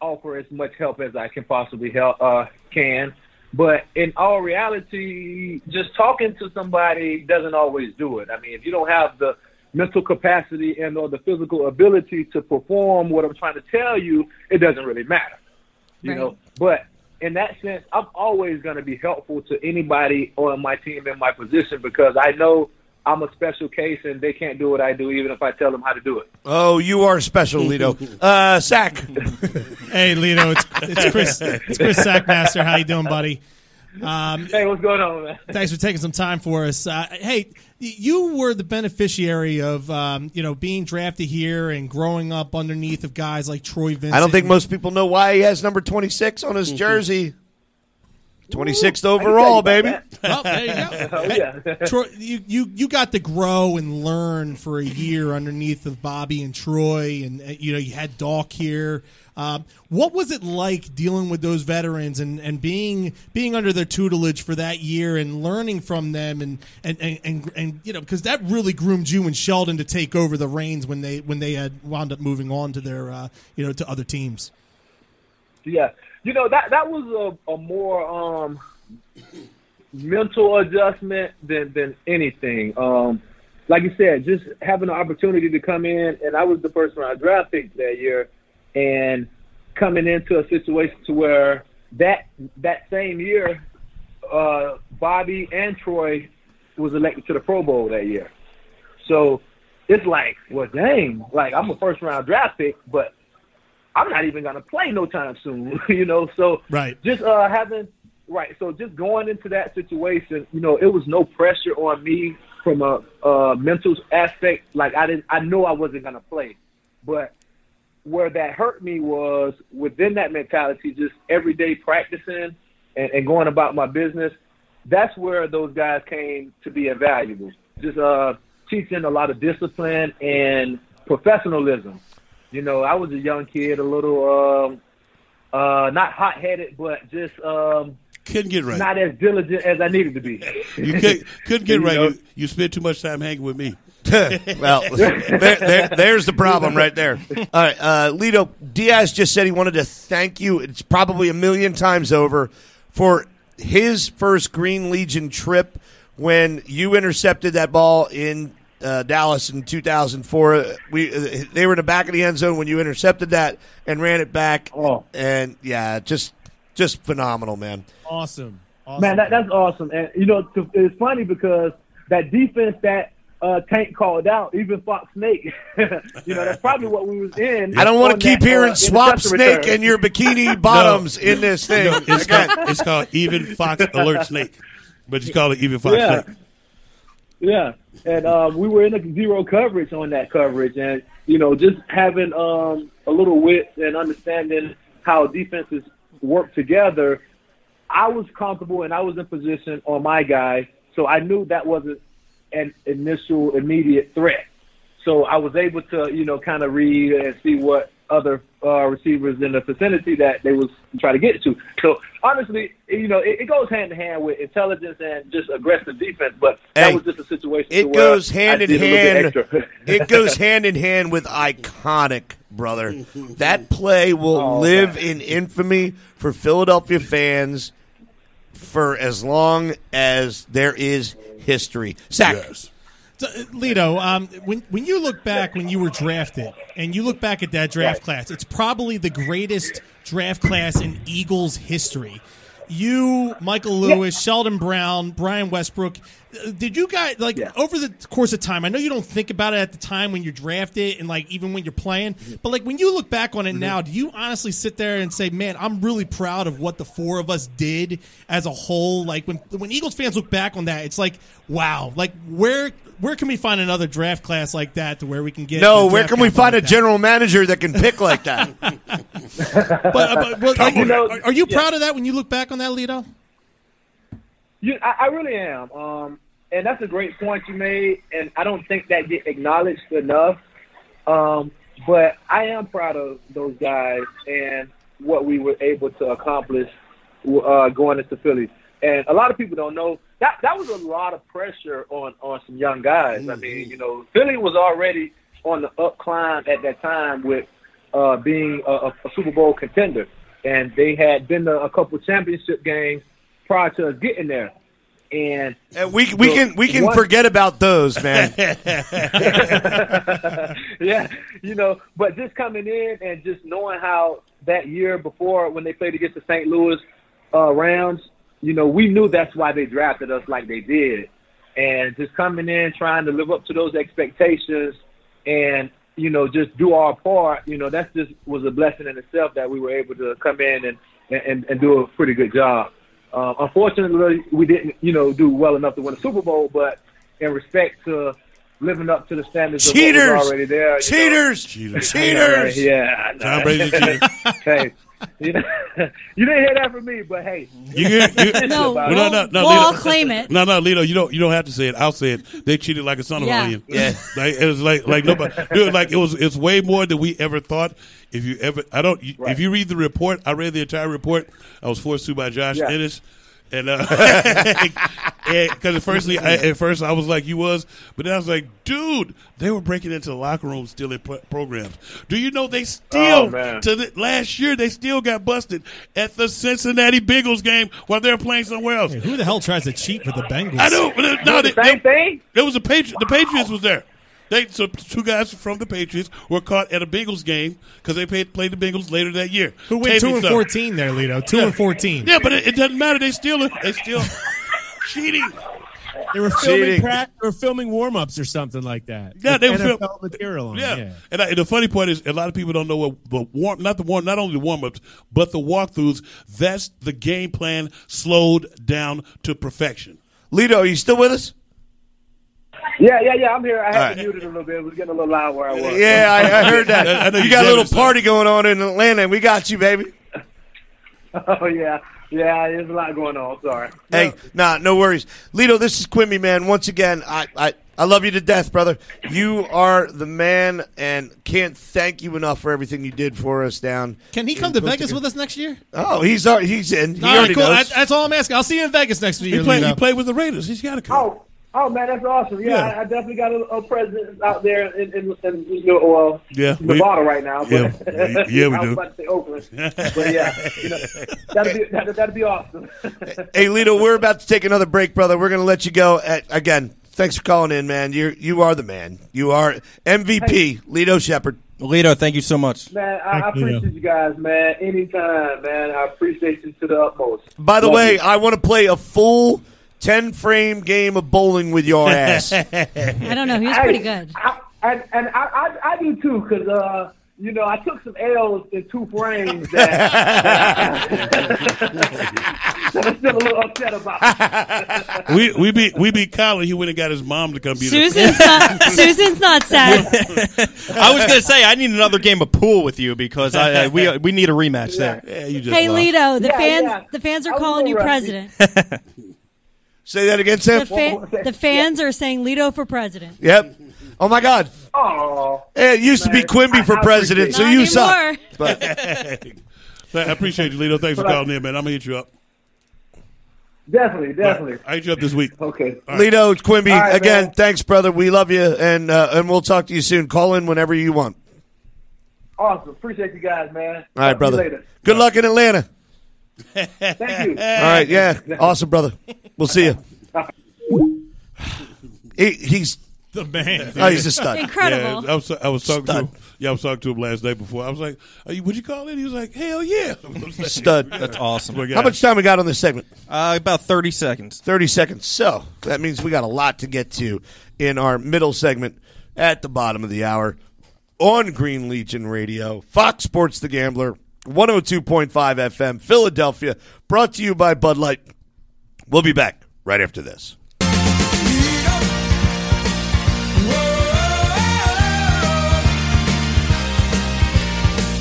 offer as much help as I can possibly help uh, can, but in all reality, just talking to somebody doesn't always do it. I mean, if you don't have the mental capacity and or the physical ability to perform what I'm trying to tell you, it doesn't really matter you
Right.
know. But in that sense, I'm always going to be helpful to anybody on my team in my position because I know I'm a special case and they can't do what I do, even if I tell them how to do it.
Oh, you are special, Lito. Uh, Sack. hey,
Lito, it's, it's Chris. It's Chris Sackmaster. How you doing, buddy? Um,
hey, what's going on, man?
Thanks for taking some time for us. Uh, hey, y- you were the beneficiary of um, you know being drafted here and growing up underneath of guys like Troy Vincent.
I don't think most people know why he has number 26 on
Mm-hmm.
his jersey. 26th overall, baby.
Well, there you
Oh,
go.
Oh,
yeah.
Troy, you, you you got to grow and learn for a year underneath of Bobby and Troy, and uh, you know you had Doc here. Um, what was it like dealing with those veterans and, and being being under their tutelage for that year and learning from them and and and, and, and you know because that really groomed you and Sheldon to take over the reins when they when they had wound up moving on to their uh, you know to other teams.
Yeah, you know that that was a, a more um, mental adjustment than than anything. Um, like you said, just having the opportunity to come in, and I was the first round draft pick that year, and coming into a situation to where that that same year, uh, Bobby and Troy was elected to the Pro Bowl that year. So it's like, well, dang, like I'm a first round draft pick, but I'm not even gonna play no time soon, you know. So
Right.
just uh, having right. So just going into that situation, you know, it was no pressure on me from a uh, mental aspect. Like I didn't, I knew I wasn't gonna play, but where that hurt me was within that mentality, just everyday practicing and, and going about my business. That's where those guys came to be invaluable. Just uh, teaching a lot of discipline and professionalism. You know, I was a young kid, a little um, uh, not hot headed, but just um,
couldn't get right.
Not as diligent as I needed to be.
You could, couldn't get
You
right.
know?
You, you spent too much time hanging with me.
well, there, there, there's the problem right there. All right, uh, Lito Diaz just said he wanted to thank you. It's probably a million times over for his first Green Legion trip when you intercepted that ball in uh, Dallas in 2004. We uh, they were in the back of the end zone when you intercepted that and ran it back.
Oh,
and yeah, just just phenomenal, man.
Awesome.
Man, that, that's awesome. And, you know, t- it's funny because that defense that uh, Tank called out, even Fox Snake, you know, that's probably what we was in.
I don't want
on
to keep
that,
hearing
uh,
swap
interception
snake
return.
and your bikini bottoms in this thing.
No, it's,
Again.
called, it's called even fox alert snake, but you call it even fox
Yeah.
snake.
Yeah, and um, we were in a zero coverage on that coverage, and you know, just having um, a little wit and understanding how defenses work together, I was comfortable and I was in position on my guy, so I knew that wasn't an initial immediate threat. So I was able to, you know, kind of read and see what other uh, receivers in the vicinity that they was trying to get to. So honestly, you know, it, it goes hand in hand with intelligence and just aggressive defense. But that
Hey,
was just a situation. to
It
where
goes hand
I
in
did a little bit
hand.
extra.
it goes hand in hand with iconic, brother. That play will
Oh,
live in infamy for Philadelphia fans for as long as there is history. Sack.
So, uh, Lito, um, when when you look back when you were drafted and you look back at that draft class, it's probably the greatest draft class in Eagles history. You, Michael Lewis, Sheldon Brown, Brian Westbrook. uh, Did you guys like over the course of time? I know you don't think about it at the time when you're drafted and like even when you're playing, but like when you look back on it now, do you honestly sit there and say, "Man, I'm really proud of what the four of us did as a whole"? Like when when Eagles fans look back on that, it's like, "Wow!" Like where where can we find another draft class like that to where we can get
no,
the
where
draft
can we
capital
find a
like that?
general manager that can pick like that?
But, uh, but-
Come
are, you,
on.
are, are you proud of that when you look back on that, Lito?
You, I, I really am. Um, and that's a great point you made, and I don't think that get acknowledged enough. Um, but I am proud of those guys and what we were able to accomplish uh, going into Philly. And a lot of people don't know that that was a lot of pressure on on some young guys. I mean, you know, Philly was already on the up climb at that time with uh, being a, a a Super Bowl contender, and they had been to a couple championship games prior to us getting there. And
we we can we can forget about those, man.
yeah, you know, but just coming in and just knowing how that year before when they played against the St. Louis uh, Rams, you know, we knew that's why they drafted us like they did, and just coming in trying to live up to those expectations and you know just do our part. You know, that's just was a blessing in itself that we were able to come in and and, and do a pretty good job. Um, unfortunately, we didn't, you know, do well enough to win a Super Bowl, but in respect to living up to the standards of what
Cheaters!
was already there. you
Cheaters!
know.
Cheaters! Cheaters!
Yeah, yeah. I know.
Tom Brady's a cheater.
hey, you, know, you didn't hear that from me, but hey.
You get, you, Well,
we'll
Lito.
all claim it.
No, no, Lito, you don't. You don't have to say it. I'll say it. They cheated like a son of a
Yeah.
lion. Yeah, like it was like like nobody, dude. Like it was. It's way more than we ever thought. If you ever, I don't. you- If you read the report, I read the entire report. I was forced to by Josh
Yeah.
Ennis. And uh, because at firstly, I, at first I was like you was, but then I was like, dude, they were breaking into the locker rooms, stealing pro- programs. Do you know they
Oh,
still
man.
to the, last year they still got busted at the Cincinnati Bengals game while they're playing somewhere else.
Who the hell tries to cheat for the Bengals?
I know. But it- no,
The
they- they- There was a Patriot. The Patriots was there. They so two guys from the Patriots were caught at a Bengals game because they played, played the Bengals later that year.
Who went two
Taping
and
stuff.
fourteen there, Lito? Two and fourteen.
Yeah, but it, it doesn't matter. They still they still cheating.
They were filming
Cheating.
practice or filming warm ups or something like that.
Yeah,
With
they were
NFL
film-
material on.
Yeah.
Yeah.
And, I, and the funny part is, a lot of people don't know what the warm, not the warm, not only the warm ups, but the walkthroughs. That's the game plan slowed down to perfection.
Lito, are you still with us?
Yeah, yeah, yeah. I'm here. I had
All right.
to mute it a little bit. It was getting a little loud where I was.
Yeah, I, I heard that.
I know
you
you
got a
said
little
it, so.
party going on in Atlanta, and we got you, baby.
Oh yeah, yeah. There's a lot going on. Sorry.
Hey, nah, no worries. Lito, this is Quimby, man. Once again, I, I, I love you to death, brother. You are the man, and can't thank you enough for everything you did for us down.
Can he come to Vegas with us next year?
Oh, he's already, he's in. He
all right,
already
cool.
knows.
I- that's all I'm asking. I'll see you in Vegas next year.
played-
Lito.
he played with the Raiders. He's got to come.
Oh, oh man, that's awesome. Yeah,
Yeah.
I, I definitely got a, a presence out there in, in, in you know, well,
Yeah, we-
Nevada right now. But
yeah, we- yeah, we
I was
do.
about to say Oakland, but yeah, you know, that'd be that'd, that'd be awesome.
hey, Lito, we're about to take another break, brother. We're going to let you go. At, again, thanks for calling in, man. You you are the man. You are MVP, Lito Shepard.
Lito, thank you so much.
man, I, I
Thank you.
appreciate you guys, man. Anytime, man, I appreciate you to the utmost.
By the
Love
way,
you.
I want to play a full 10 frame game of bowling with your ass.
I don't know. He was
Hey,
pretty good.
I, and and I, I I do too because uh you know I took some L's in two frames that, that I'm still a little upset about.
we we beat we beat Colin. He went and got his mom to come beat us.
Susan's not. Susan's not sad.
I was gonna say I need another game of pool with you because I, I we we need a rematch there.
Yeah, you
Hey, Lito, the
Yeah,
fans.
yeah.
The fans are
I was
calling you
all right.
president.
Say that again,
The,
Sam.
fa- the fans are saying Lito for president.
Yep. Oh my God.
Oh,
It used to be Quimby for president, so you suck.
But I appreciate you, Lito. Thanks for
But I-
calling in, man. I'm gonna hit you up.
definitely, definitely.
I hit you up this week.
Okay.
Lito Quimby
All right,
again.
man.
Thanks, brother. We love you, and uh, and we'll talk to you soon. Call in whenever you want.
Awesome. Appreciate you guys, man.
All right,
Talk to you
brother. Good luck in Atlanta.
later. Thank you.
All right, yeah, awesome, brother. We'll see you. He, he's
The man.
Oh, he's a stud.
Yeah, I was, I was talking to him. Yeah, I was talking to him last night before. I was like, Are you, "Would you call it?" He was like, "Hell yeah!"
Stud.
That's
awesome.
How much time we got on this segment?
Uh, about 30 seconds.
30 seconds. So that means we got a lot to get to in our middle segment at the bottom of the hour on Green Legion Radio, Fox Sports The Gambler, 102.5 FM, Philadelphia, brought to you by Bud Light. We'll be back right after this.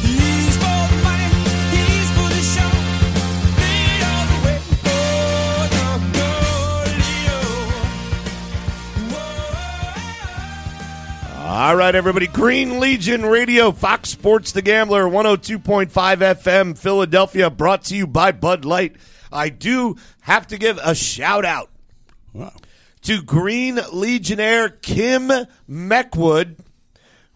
He's for the money, he's for the show. Lead all the way for the
All right, everybody. Green Legion Radio, Fox Sports The Gambler, 102.5 FM, Philadelphia, brought to you by Bud Light. I do have to give a shout out to Green Legionnaire Kim Meckwood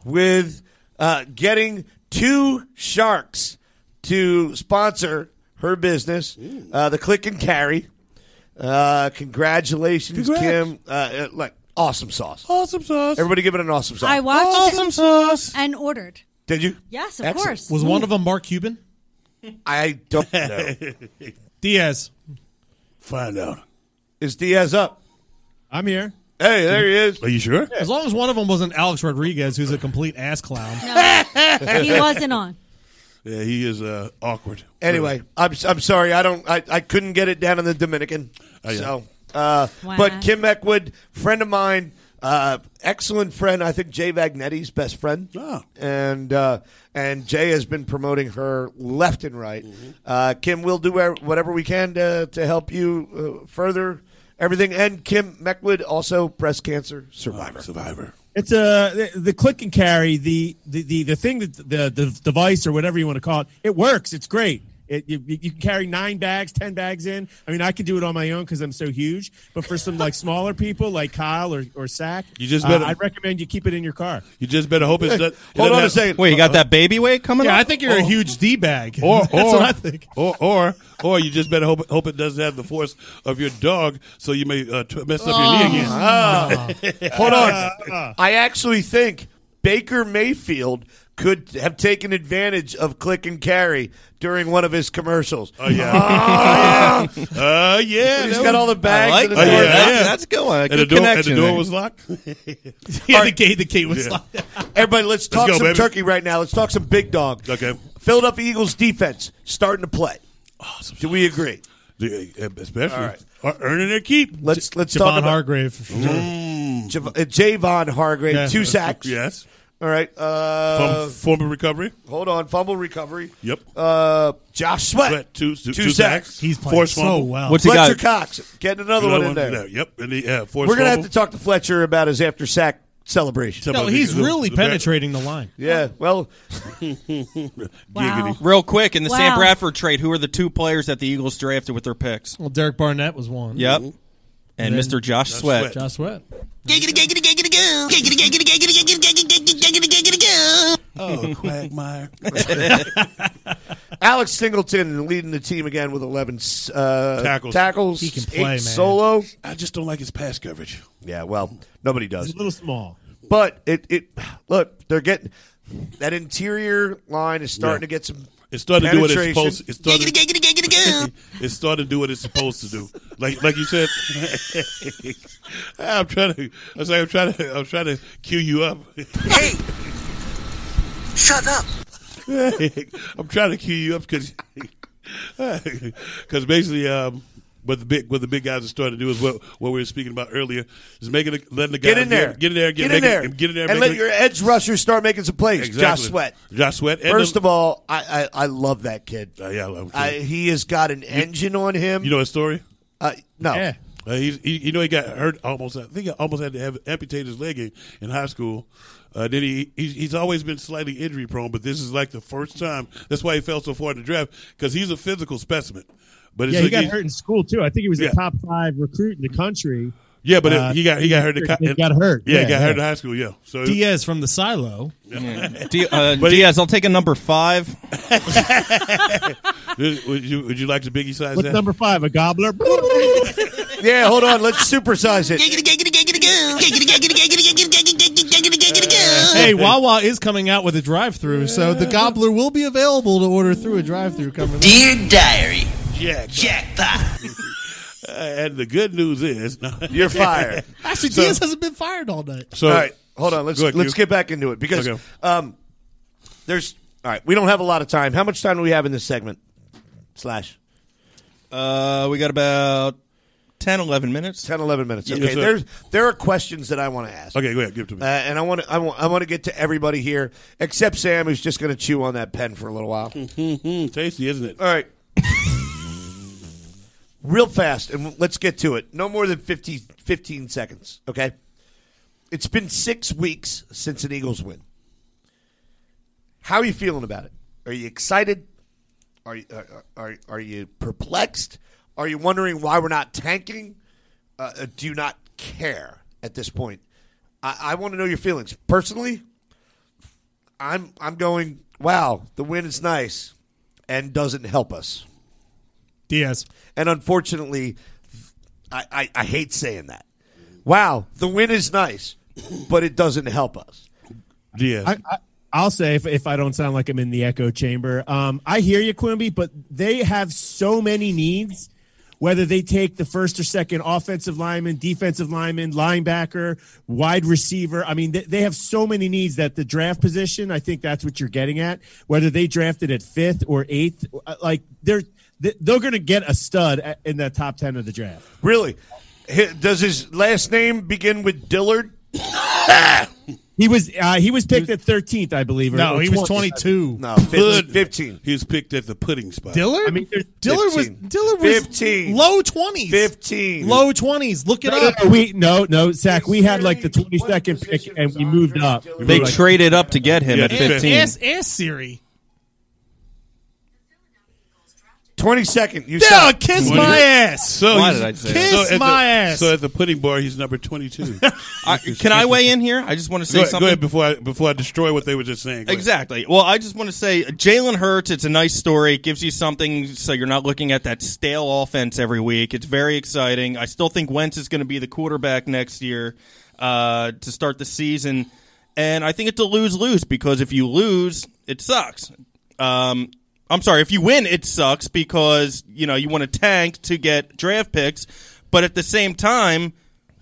with uh, getting two sharks to sponsor her business, uh, the Click and Carry. Uh, congratulations,
Congrats.
Kim. Uh, Uh, like, awesome sauce.
Awesome sauce.
Everybody give it an awesome sauce.
I watched
Awesome
it
sauce.
and ordered.
Did you?
Yes, of
Excellent.
course.
Was one of them Mark Cuban?
I don't know.
Diaz.
Find out.
Is Diaz up?
I'm here.
Hey, there he is.
Are you sure?
As long as one of them wasn't Alex Rodriguez, who's a complete ass clown.
he wasn't on.
Yeah, he is uh, awkward.
Anyway, I'm I'm sorry. I don't. I, I couldn't get it down in the Dominican.
Oh, yeah.
So, uh,
Wow.
but Kim Eckwood, friend of mine, uh, excellent friend. I think Jay Vagnetti's best friend.
Oh.
And uh, and Jay has been promoting her left and right.
Mm-hmm.
Uh, Kim, we'll do where- whatever we can to to help you uh, further everything. And Kim Meckwood, also breast cancer survivor.
survivor.
It's a the, the click and carry the the the, the thing that the, the device or whatever you want to call it. It works. It's great. It, you, you can carry nine bags, ten bags in. I mean, I can do it on my own because I'm so huge. But for some like smaller people, like Kyle or, or Sack,
You just
uh,
better-
I'd recommend you keep it in your car.
You just better hope it's not. it
Hold
doesn't
on a
have-
second.
Wait, you got that baby weight coming
Yeah,
up?
I think you're a huge D bag.
Or
That's
or,
what I think.
or or or you just better hope hope it doesn't have the force of your dog, so you may uh, tw- mess up your
Oh.
knee again.
E
Ah.
Ah.
Ah. Hold on. I actually think Baker Mayfield could have taken advantage of click and carry during one of his commercials. Ah.
Oh yeah. Oh yeah. Uh, yeah.
He's
that
got
was-
all the
I
bags.
like
and
Oh,
the
that.
yeah,
door.
that's,
yeah.
that's a good one. A
And the
good
door, and
connection.
the door
there.
was locked.
Yeah, the gate, the gate was
Yeah.
locked.
Everybody, let's talk
go,
some
baby.
turkey right now. Let's talk some big dog.
Okay.
Philadelphia Eagles defense starting to play.
awesome.
Do we agree?
The- Especially
All right.
Uh,
Are earning their keep.
Let's let's talk
Javon
about
Hargrave. For sure.
Mm.
Jav- uh, Javon Hargrave,
Yeah.
two sacks.
Yes.
All right.
From
Uh,
former recovery.
hold on, fumble recovery.
Yep.
Uh, Josh Sweat,
Sweat, two- two-
two
two
sacks.
sacks.
He's playing
Forrest
so
fumble.
well.
What's he
Fletcher
got?
Cox getting another, one in there.
Yep. And the, uh, forced
We're gonna have
fumble.
to talk to Fletcher about his after sack celebration.
Tell
no,
about
he's
the- the-
really
the back-
penetrating the line.
Yeah, well,
Wow.
Giggity.
Real quick, in the Sam
Wow.
Bradford trade, who are the two players that the Eagles drafted with their picks?
Well, Derek Barnett was one.
Yep. And
then-
Mr. Josh
Sweat.
Sweat.
Josh Sweat.
Oh, Quagmire.
Alex Singleton leading the team again with 11 uh,
Tackles.
tackles.
He can
eight
play, man.
solo.
I just don't like his pass coverage.
Yeah, well, nobody does.
It's a little small.
But it, it look, they're getting that interior line is starting
Yeah.
to get some.
It's starting to do what it's
Penetration.
supposed. It's starting, it's starting to do what it's supposed to do. Like like you said, I'm trying to. I was like, I'm trying to. I'm trying to cue you up.
Hey! Shut up!
I'm trying to cue you up because because basically um, what the big what the big guys are starting to do is what what we were speaking about earlier is making the, letting the guys
Get in there.
get, in there
Get, in
making-
there.
get in there
And
making
let
it-
your edge rushers start making some plays. Josh
Exactly.
Sweat.
Josh Sweat and
First
the-
of all, I, I, I love that kid.
Uh, yeah I love him too.
I, he has got an engine on him.
you know his story
uh, no.
Yeah.
Uh, he's, he, you know, he got hurt almost. I think he almost had to have amputate his leg in, in high school. Uh, then he he's, he's always been slightly injury prone, but this is like the first time. That's why he fell so far in the draft because he's a physical specimen. But it's
yeah,
like
he got
he's-
hurt in school too. I think he was
Yeah.
a top five recruit in the country.
Yeah, but
Uh,
it, he got he got hurt. in co-
He got hurt.
Yeah, he got hurt in high school. Yeah. So it-
Diaz from the silo.
D- uh, Diaz, I'll take a number five.
would you would you like to biggie size
What's
that?
number five? A gobbler.
yeah, hold on. Let's supersize it.
Hey, Wawa is coming out with a drive-through, so the gobbler will be available to order through a drive-through. Coming.
Dear Diary.
Jack. Uh, and the good news is
You're fired.
Actually,
So-
Diaz hasn't been fired all night.
So-
all right, hold on. Let's
Go ahead,
let's
Q.
get back into it because
Okay.
um, there's all right. We don't have a lot of time. How much time do we have in this segment? Slash.
Uh, we got about 10, 11 minutes.
10, 11 minutes.
Yes,
Okay,
sir.
there's there are questions that I want to ask.
Okay, go ahead, give it to me.
Uh, and I want to I want I want to get to everybody here except Sam, who's just going to chew on that pen for a little while.
Tasty, isn't it?
All right, real fast, and let's get to it. No more than 50, 15 seconds. Okay, it's been six weeks since an Eagles win. How are you feeling about it? Are you excited? Are you are are, are you perplexed? Are you wondering why we're not tanking? Uh, uh, do you not care at this point? I, I want to know your feelings personally. I'm I'm going. Wow, the win is nice, and doesn't help us.
Diaz.
And unfortunately, I, I, I hate saying that. Wow, the win is nice, but it doesn't help us.
Diaz.
I, I, I'll say if, if I don't sound like I'm in the echo chamber. Um, I hear you, Quimby, but they have so many needs. Whether they take the first or second offensive lineman, defensive lineman, linebacker, wide receiver. I mean, they, they have so many needs that the draft position, I think that's what you're getting at. Whether they drafted at fifth or eighth, uh, like they're, they- they're going to get a stud at- in the top 10 of the draft.
Really? Hi- Does his last name begin with Dillard?
He was uh, he was picked at 13th, I believe. or- or 20th.
No, 15. 15.
He was picked at the pudding spot.
Dillard?
I mean, there's
Dillard was
15.
Dillard was
15.
low twenties.
Fifteen.
Low twenties. Look it
No,
up.
no, we no no Zach. We had like the twenty second pick, and we moved up.
They traded up to get him
Yeah,
at
it's fifth.
15.
Ask, ask Siri.
22nd. You
Yeah,
suck.
kiss my ass.
So
Why
he's-
did I say
Kiss
so at the-
my ass.
So at the pudding bar, he's number twenty-two.
I, can I weigh in here? I just want to say
go ahead,
something.
Go ahead before I before I destroy what they were just saying. Go ahead.
Exactly. Well, I just want to say uh, Jalen Hurts, it's a nice story. It gives you something so you're not looking at that stale offense every week. It's very exciting. I still think Wentz is going to be the quarterback next year uh, to start the season. And I think it's a lose lose because if you lose, it sucks. Um, I'm sorry, if you win, it sucks because, you know, you want to tank to get draft picks. But at the same time,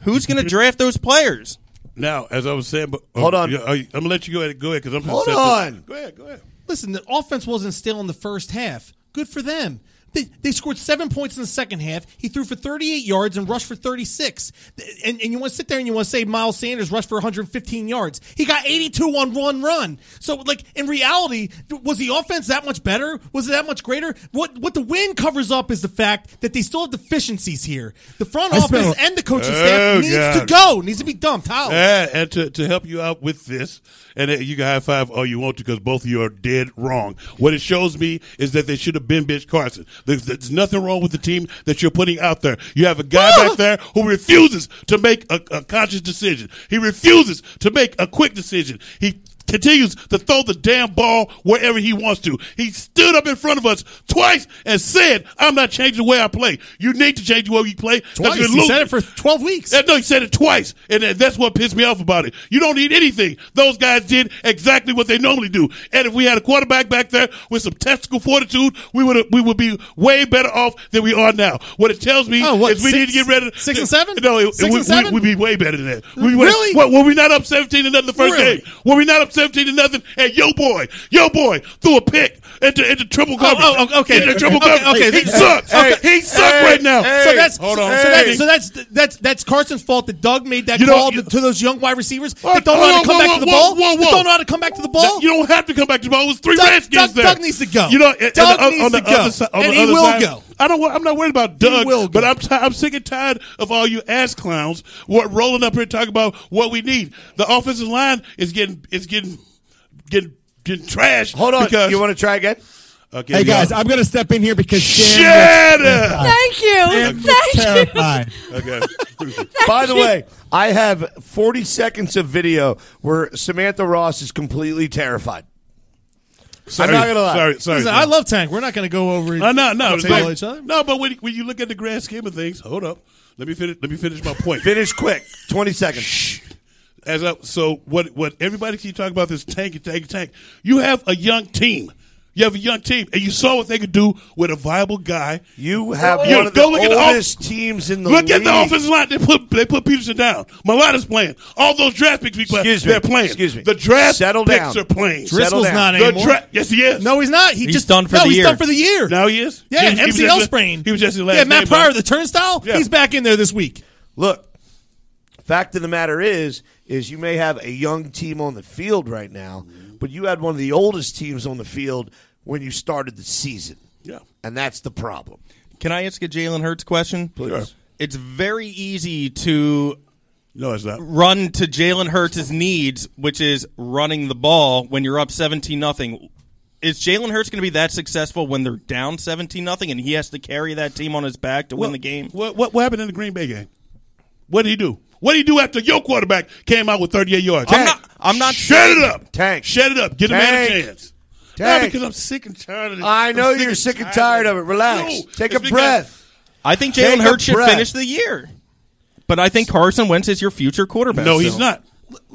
who's going to draft those players?
Now, as I was saying, but, oh,
Hold on.
yeah, I, am gonna let you go ahead. Go ahead, because I'm
Hold
set
on.
The, go ahead. Go ahead.
Listen, the offense wasn't still in the first half. Good for them. They, they scored seven points in the second half. He threw for 38 yards and rushed for 36. Th- And, and you want to sit there and you want to say Miles Sanders rushed for 115 yards. He got 82 on one run. So, like, in reality, th- was the offense that much better? Was it that much greater? What what the win covers up is the fact that they still have deficiencies here. The front
I smell-
office and the coaching
Oh,
staff needs to
God.
go, needs to be dumped out.
Yeah, and to, to help you out with this, and uh, you can high five all you want to because both of you are dead wrong. What it shows me is that they should have been Bitch Carson. There's, there's nothing wrong with the team that you're putting out there. You have a guy back there who refuses to make a, a conscious decision. He refuses to make a quick decision. He continues to throw the damn ball wherever he wants to. He stood up in front of us twice and said, I'm not changing the way I play. You need to change the way you play. 'cause
Twice.
you're
He
losing."
said it for 12 weeks.
Uh, no, he said it twice, and that- that's what pissed me off about it. You don't need anything. Those guys did exactly what they normally do. And if we had a quarterback back there with some testicle fortitude, we would we would be way better off than we are now. What it tells me
Oh, what,
is we need to get
six-
rid of
six and seven?
No, it,
Six
we,
and seven?
We, would be way better than that. We,
Really?
What, were we not up seventeen to nothing the first
Really?
game? Were we not up seventeen to nothing? And yo boy, yo boy threw a pick into, into triple
Oh,
coverage.
oh, oh, okay.
Into triple
okay,
coverage.
okay.
He sucks. He sucks right now.
so that's
hold on.
So, that's, so that's that's that's Carson's fault that Doug made that
You know-
call to, to those young wide receivers. They Oh, don't know
hold
how
on,
to come
whoa,
back
whoa,
to the
whoa,
ball.
whoa, whoa.
They don't know how to come back to the ball.
you don't have to come back to the ball. It was three
Doug-
Redskins
Doug-
there.
Doug needs to go.
You know, and- and
Doug
on-
needs
on
to
the other
go.
si- on
And
the
he
other
will
side-
go.
I don't. wa- I'm not worried about Doug, but I'm ti- I'm sick and tired of all you ass clowns what, rolling up here talking about what we need. The offensive line is getting is getting getting getting trashed.
Hold on.
because
you want to try again?
Okay,
Hey
you
guys,
are.
I'm gonna step in here because
Shut
Sam looks
up.
Thank you.
Sam looks
Thank
terrified.
Okay.
By the
you.
way, I have 40 seconds of video where Samantha Ross is completely terrified. I'm not gonna lie.
Sorry, sorry.
Listen, I love Tank. We're not going to go over.
Uh, no, no,
and
it's
tell
like-
each other.
no. But when, when you look at the grand scheme of things, hold up. Let me finish. Let me finish my point.
finish quick. Twenty seconds.
As I, so, what? What everybody keep talking about this tank, tank, tank. You have a young team. You have a young team, and you saw what they could do with a viable guy.
You have
You
one of the
go look at the off-
oldest teams in the
Look
league.
at the offensive line. They put they put Peterson down. Malata's playing. All those draft picks we play,
Excuse me.
they're playing.
Excuse me.
The draft
Settle
picks
down.
are playing.
Settle Driscoll's down. not
The
anymore.
dra- yes, he is.
No, he's not. He
He's
just
done for
no,
the
he's
year.
done for the year.
Now he is.
Yeah,
He was- he was
MCL
just-
sprain.
He was just the last.
yeah, Matt
name,
Pryor,
but-
the turnstile.
Yeah.
He's back in there this week.
Look, fact of the matter is, is you may have a young team on the field right now, but you had one of the oldest teams on the field when you started the season.
Yeah.
And that's the problem.
Can I ask a Jalen Hurts question?
Please. Sure.
It's very easy to
No, it's not.
run to Jalen Hurts' needs, which is running the ball when you're up 17 nothing. Is Jalen Hurts going to be that successful when they're down 17 nothing and he has to carry that team on his back to win the game?
What, what what happened in the Green Bay game? What did he do? What did he do after your quarterback came out with 38 yards?
I'm not- I'm not
Shut it
saying-
up.
Tank.
Shut it up. Get him out
Tank.
of chance. No,
Tank.
because I'm sick and tired of this.
I
I'm
know you're sick and tired of it. Relax.
No,
Take
it's
a
because-
breath.
I think
Take
Jalen
a
Hurts should
breath.
finish the year. But I think Carson Wentz is your future quarterback.
No, he's
still.
not.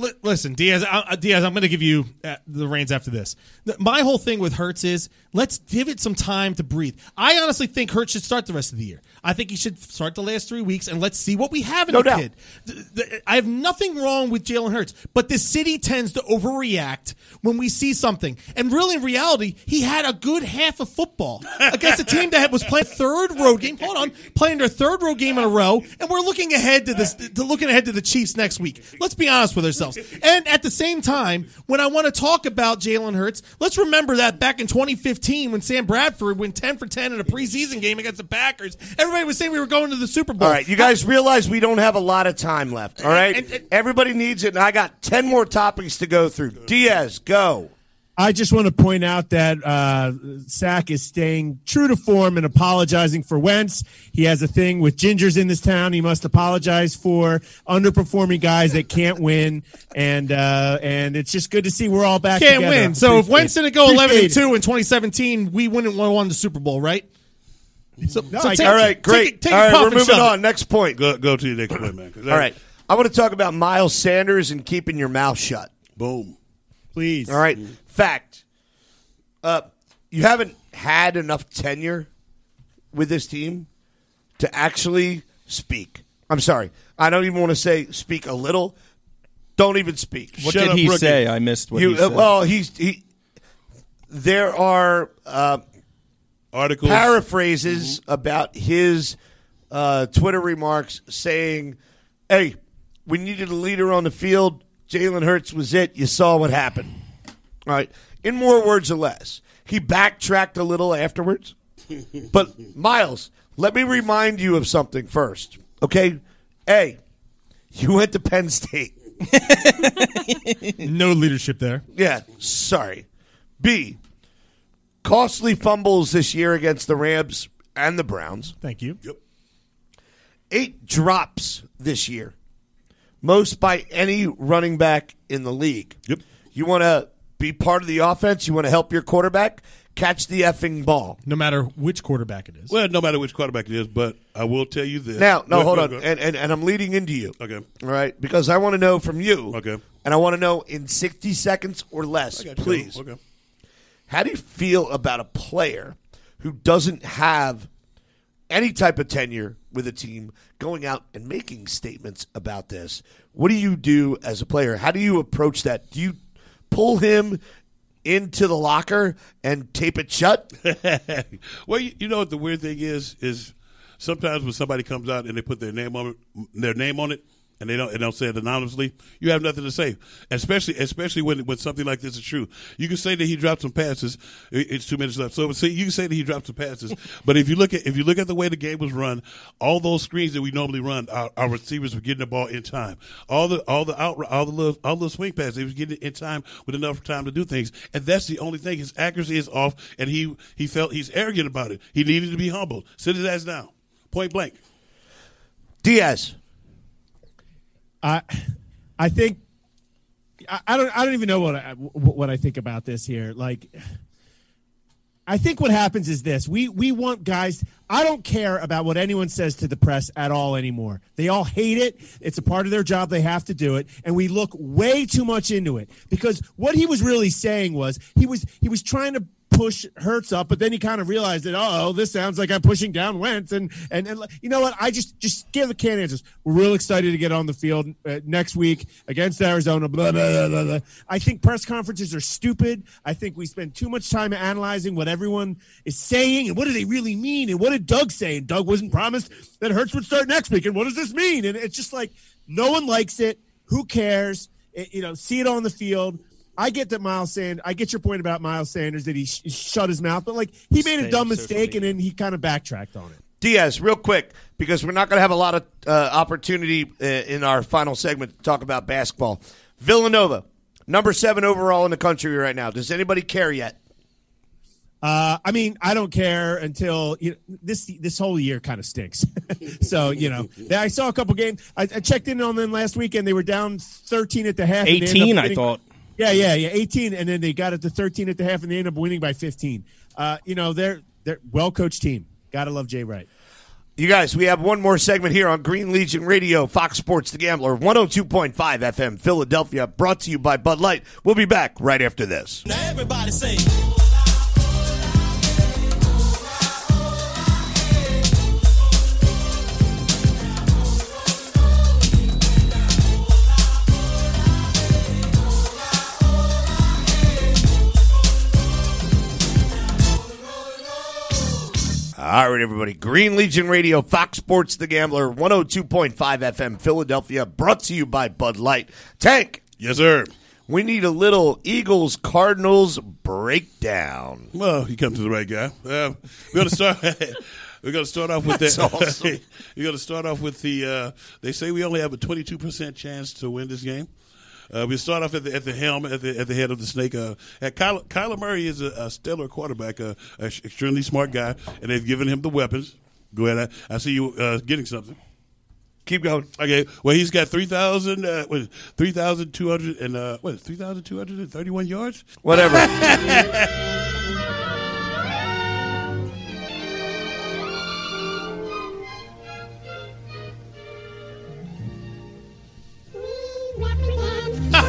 L- listen, Diaz, I, I- Diaz, I'm going to give you uh, the reins after this. Th- My whole thing with Hertz is let's give it some time to breathe. I honestly think Hertz should start the rest of the year. I think he should start the last three weeks and let's see what we have in
No
the
doubt.
kid. Th- th- I have nothing wrong with Jalen Hurts, but the city tends to overreact when we see something. And really, in reality, he had a good half of football against a team that was playing third road game. Hold on, playing their third road game in a row, and we're looking ahead to this, to looking ahead to the Chiefs next week. Let's be honest with ourselves. And at the same time, when I want to talk about Jalen Hurts, let's remember that back in 2015 when Sam Bradford went 10 for 10 in a preseason game against the Packers, everybody was saying we were going to the Super Bowl.
All right, you guys realize we don't have a lot of time left. All right,
And- and-
everybody needs it, and I got ten more topics to go through. Diaz, go.
I just want to point out that uh, Sack is staying true to form and apologizing for Wentz. He has a thing with gingers in this town. He must apologize for underperforming guys that can't win, and uh, and it's just good to see we're all back.
can't
together.
win. So if
Appreciate
Wentz
it.
didn't go eleven and
Appreciate it.
two in twenty seventeen, we wouldn't have won the Super Bowl, right? So, so
I-
take-
All right,
take-
great.
Take,
All right,
a puff
we're
and
moving
shove it.
on. Next point.
Go, go to your next point, man. 'cause that-
All right, I want to talk about Miles Sanders and keeping your mouth shut.
Boom.
please.
All right, fact. Uh, you haven't had enough tenure with this team to actually speak. I'm sorry, I don't even want to say speak a little. Don't even speak.
What
Shut
did
up,
he
rookie.
say? I missed what
You-
he said.
uh, well, he's he. There are. Uh,
Articles.
paraphrases about his uh, Twitter remarks saying, "Hey, we needed a leader on the field. Jalen Hurts was it. You saw what happened." All right. In more words or less, he backtracked a little afterwards. But Miles, let me remind you of something first, okay? Hey, you went to Penn State.
No leadership there.
Yeah, sorry. B, costly fumbles this year against the Rams and the Browns.
Thank you.
eight drops this year, most by any running back in the league.
Yep.
You want to be part of the offense. You want to help your quarterback catch the effing ball.
No matter which quarterback it is.
Well, no matter which quarterback it is, but I will tell you this.
Now, no,
Go-
hold
go-
on,
go.
and, and and I'm leading into you.
Okay.
All right, because I want to know from you.
Okay.
And I want to know in 60 seconds or less,
I got you.
please.
Okay.
How do you feel about a player who doesn't have any type of tenure with a team going out and making statements about this? What do you do as a player? How do you approach that? Do you pull him into the locker and tape it shut?
well, you, you know what the weird thing is is sometimes when somebody comes out and they put their name on it, their name on it, and they don't and don't say it anonymously, you have nothing to say. Especially especially when when something like this is true, you can say that he dropped some passes. It- It's two minutes left, so see, you can say that he dropped some passes. but if you look at if you look at the way the game was run, all those screens that we normally run, our, our receivers were getting the ball in time. All the all the out all the little all the swing passes, they was getting it in time with enough time to do things. And that's the only thing. His accuracy is off, and he he felt he's arrogant about it. He needed to be humbled. Sit his ass down, point blank.
Diaz.
I, I think, I, I don't, I don't even know what I, what I think about this here. Like, I think what happens is this: we we want guys. I don't care about what anyone says to the press at all anymore. They all hate it. It's a part of their job. They have to do it, and we look way too much into it because what he was really saying was he was he was trying to push Hertz up, but then he kind of realized that oh, this sounds like I'm pushing down Wentz, and and, and you know what? I just just give the can answers. We're real excited to get on the field uh, next week against Arizona. Blah, blah, blah, blah, blah. I think press conferences are stupid. I think we spend too much time analyzing what everyone is saying and what do they really mean and what did Doug say? And Doug wasn't promised that Hertz would start next week. And what does this mean? And it's just like no one likes it. Who cares? It- you know, see it on the field. I get that Miles Sanders. I get your point about Miles Sanders that he sh- shut his mouth, but like he made a
Stay
dumb
on social
mistake and then he kind of backtracked on it.
Diaz, real quick, because we're not going to have a lot of uh, opportunity uh, in our final segment to talk about basketball. Villanova, number seven overall in the country right now. Does anybody care yet?
Uh, I mean, I don't care until you know, this this whole year kind of stinks. so you know, I saw a couple games. I, I checked in on them last weekend. They were down thirteen at the half. and they ended up
18, I
winning-
thought.
Yeah, yeah, yeah, eighteen, and then they got it to thirteen at the half, and they ended up winning by fifteen. Uh, you know, they're they're well coached team. Gotta love Jay Wright.
You guys, we have one more segment here on Green Legion Radio, Fox Sports The Gambler, 102.5 FM, Philadelphia, brought to you by Bud Light. We'll be back right after this.
Now everybody say.
All right, everybody. Green Legion Radio, Fox Sports The Gambler, 102.5 FM, Philadelphia, brought to you by Bud Light. Tank.
Yes, sir.
We need a little Eagles Cardinals breakdown.
Well, you come to the right guy. Um, we're gonna start. we're gonna start off with
That's
that.
awesome.
you're gonna start off with the. Uh, they say we only have a 22 percent chance to win this game. Uh, we start off at the at the helm at the at the head of the snake. Uh, at Kyler, Kyler Murray is a, a stellar quarterback, uh, a sh- extremely smart guy, and they've given him the weapons. Go ahead. I, I see you uh, getting something.
Keep going.
Okay. Well, he's got 3,000, uh, what, is it, 3,200 and, uh, what, is it, 3,231 yards?
Whatever.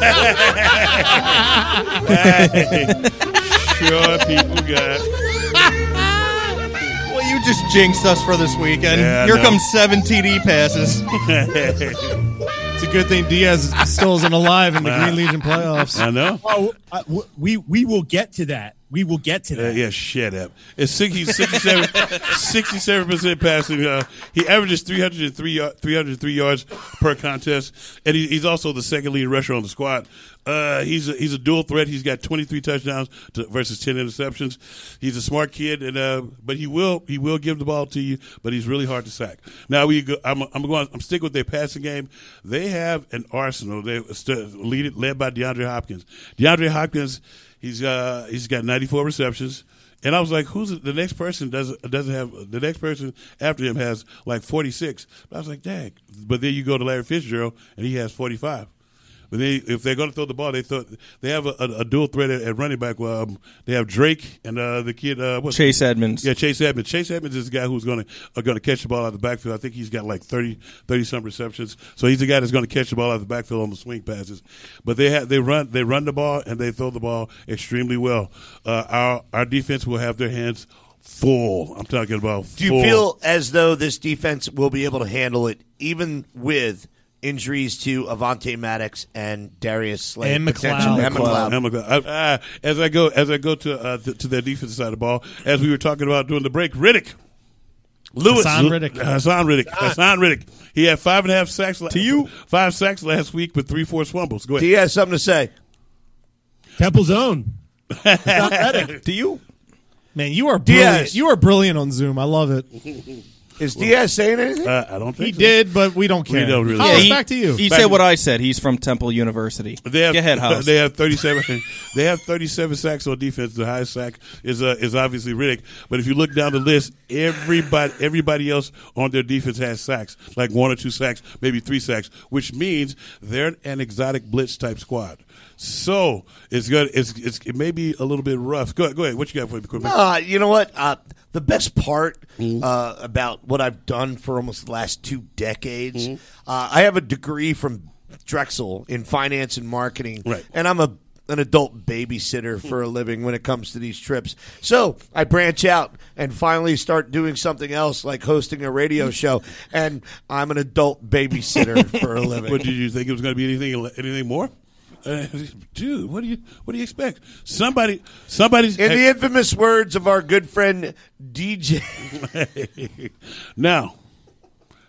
sure, people got.
Well, you just jinxed us for this weekend.
Yeah, I
Here
know.
comes seven TD passes.
It's a good thing Diaz still isn't alive in the Green Legion playoffs.
I know.
Oh, uh, w- we we will get to that. We will get to
Uh,
that.
yeah, shut up. It's 60, 67, 67% passing. Uh, he averages 303, yard- 303 yards per contest, and he, he's also the second leading rusher on the squad. Uh, he's a, he's a dual threat. He's got 23 touchdowns to, versus 10 interceptions. He's a smart kid, and uh, but he will he will give the ball to you, but he's really hard to sack. Now we go, I'm I'm going I'm sticking with their passing game. They have an arsenal. They st- lead, led by DeAndre Hopkins. DeAndre Hopkins. He's uh he's got 94 receptions, and I was like, who's the next person doesn't doesn't have the next person after him has like 46. I was like, dang. But then you go to Larry Fitzgerald and he has 45. But they if they're going to throw the ball, they throw, they have a, a, a dual threat at, at running back. Um, they have Drake and uh the kid uh what's
Chase Edmonds.
Yeah, Chase Edmonds. Chase Edmonds is the guy who's going to uh, going to catch the ball out of the backfield. I think he's got like 30, 30 some receptions. So he's the guy that's going to catch the ball out of the backfield on the swing passes. But they have they run they run the ball and they throw the ball extremely well. Uh, our our defense will have their hands full. I'm talking about.
Do you
full.
feel as though this defense will be able to handle it even with injuries to Avante Maddox and Darius Slay.
And
potential- And McLeod.
And McLeod. I- I- as I go, as I go to uh, th- to their defensive side of the ball, as we were talking about during the break, Riddick. Lewis
Hassan Riddick.
Hassan Riddick. Hassan Riddick. He had five and a half sacks. To you, five sacks last week with three forced fumbles. Go ahead.
Do you have something to say?
Temple's own.
Do you?
Man, you are
Diaz.
brilliant. You are brilliant on Zoom. I love it.
Is Diaz saying anything?
Uh, I don't
He did, but we don't care. Hollis, back to you.
He
Back
said
to-
what I said. He's from Temple University.
They have,
Go ahead, Hollis.
They have thirty-seven. they have thirty-seven sacks on defense. The highest sack is uh, is obviously Riddick. But if you look down the list, everybody everybody else on their defense has sacks, like one or two sacks, maybe three sacks, which means they're an exotic blitz type squad. So it's good. It's, it's it may be a little bit rough. Go ahead, go ahead. What you got for me? Quimby?
Uh, you know what? Uh, the best part
Mm-hmm.
uh, about what I've done for almost the last two decades,
Mm-hmm.
uh, I have a degree from Drexel in finance and marketing, right. and I'm a an adult
Hmm.
babysitter for a living when it comes to these trips. So I branch out and finally start doing something else, like hosting a
Hmm.
radio show, and I'm an adult babysitter for a living.
What did you think it was going to be? Anything anything more? Uh, dude, what do you what do you expect? Somebody somebody's
In the infamous words of our good friend DJ.
now,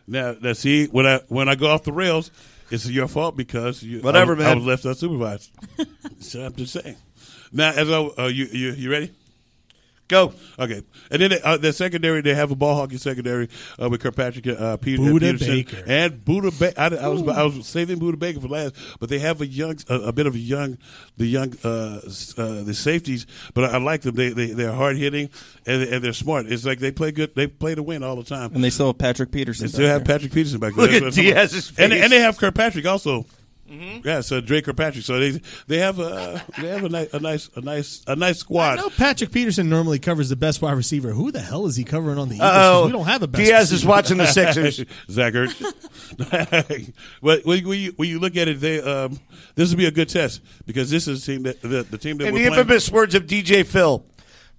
now, now, see when I when I go off the rails, it's your fault because you,
Whatever,
I was, I
man.
was left unsupervised. so I'm just saying. Now, as I, uh, you, you you ready?
Go.
Okay, and then uh, their secondary, they have a ball hockey secondary uh, with Kirkpatrick, uh, Peter
Buda
Peterson,
Baker.
and Buda Baker. I, I was I was saving Buda Baker for last, but they have a young, a, a bit of a young, the young, uh, s- uh, the safeties. But I, I like them. They, they they're hard hitting and, and they're smart. It's like they play good. They play to win all the time.
and they still have Patrick Peterson.
They still
back
have
there.
Patrick Peterson back there.
Look
That's
at
what I'm
Diaz's
talking about. and,
face. Mm-hmm.
and they have Kirkpatrick also. Yeah, so Drake Kirkpatrick. So they they have a they have a nice a nice a nice a nice squad.
No, Patrick Peterson normally covers the best wide receiver. Who the hell is he covering on the Eagles? 'Cause
Uh-oh.
We don't have a best. receiver.
Zach Ertz. but when, when, you, when you look at it, they um, this would be a good test because this is the team that the, the team that
In
we're
the
playing.
infamous words of DJ Phil,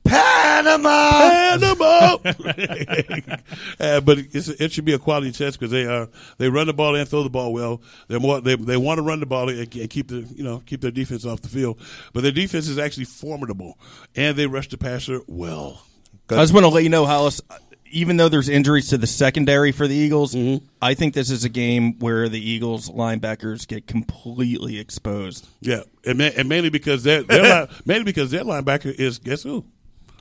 Panama,
Panama. Uh, but it's, it should be a quality test because they are they run the ball and throw the ball well. They're more they, they want to run the ball and, and keep the you know keep their defense off the field. But their defense is actually formidable and they rush the passer well.
I just want to let you know, Hollis. Even though there's injuries to the secondary for the Eagles,
Mm-hmm.
I think this is a game where the Eagles linebackers get completely exposed.
Yeah, and, ma- and mainly because their their line, mainly because their linebacker is guess who,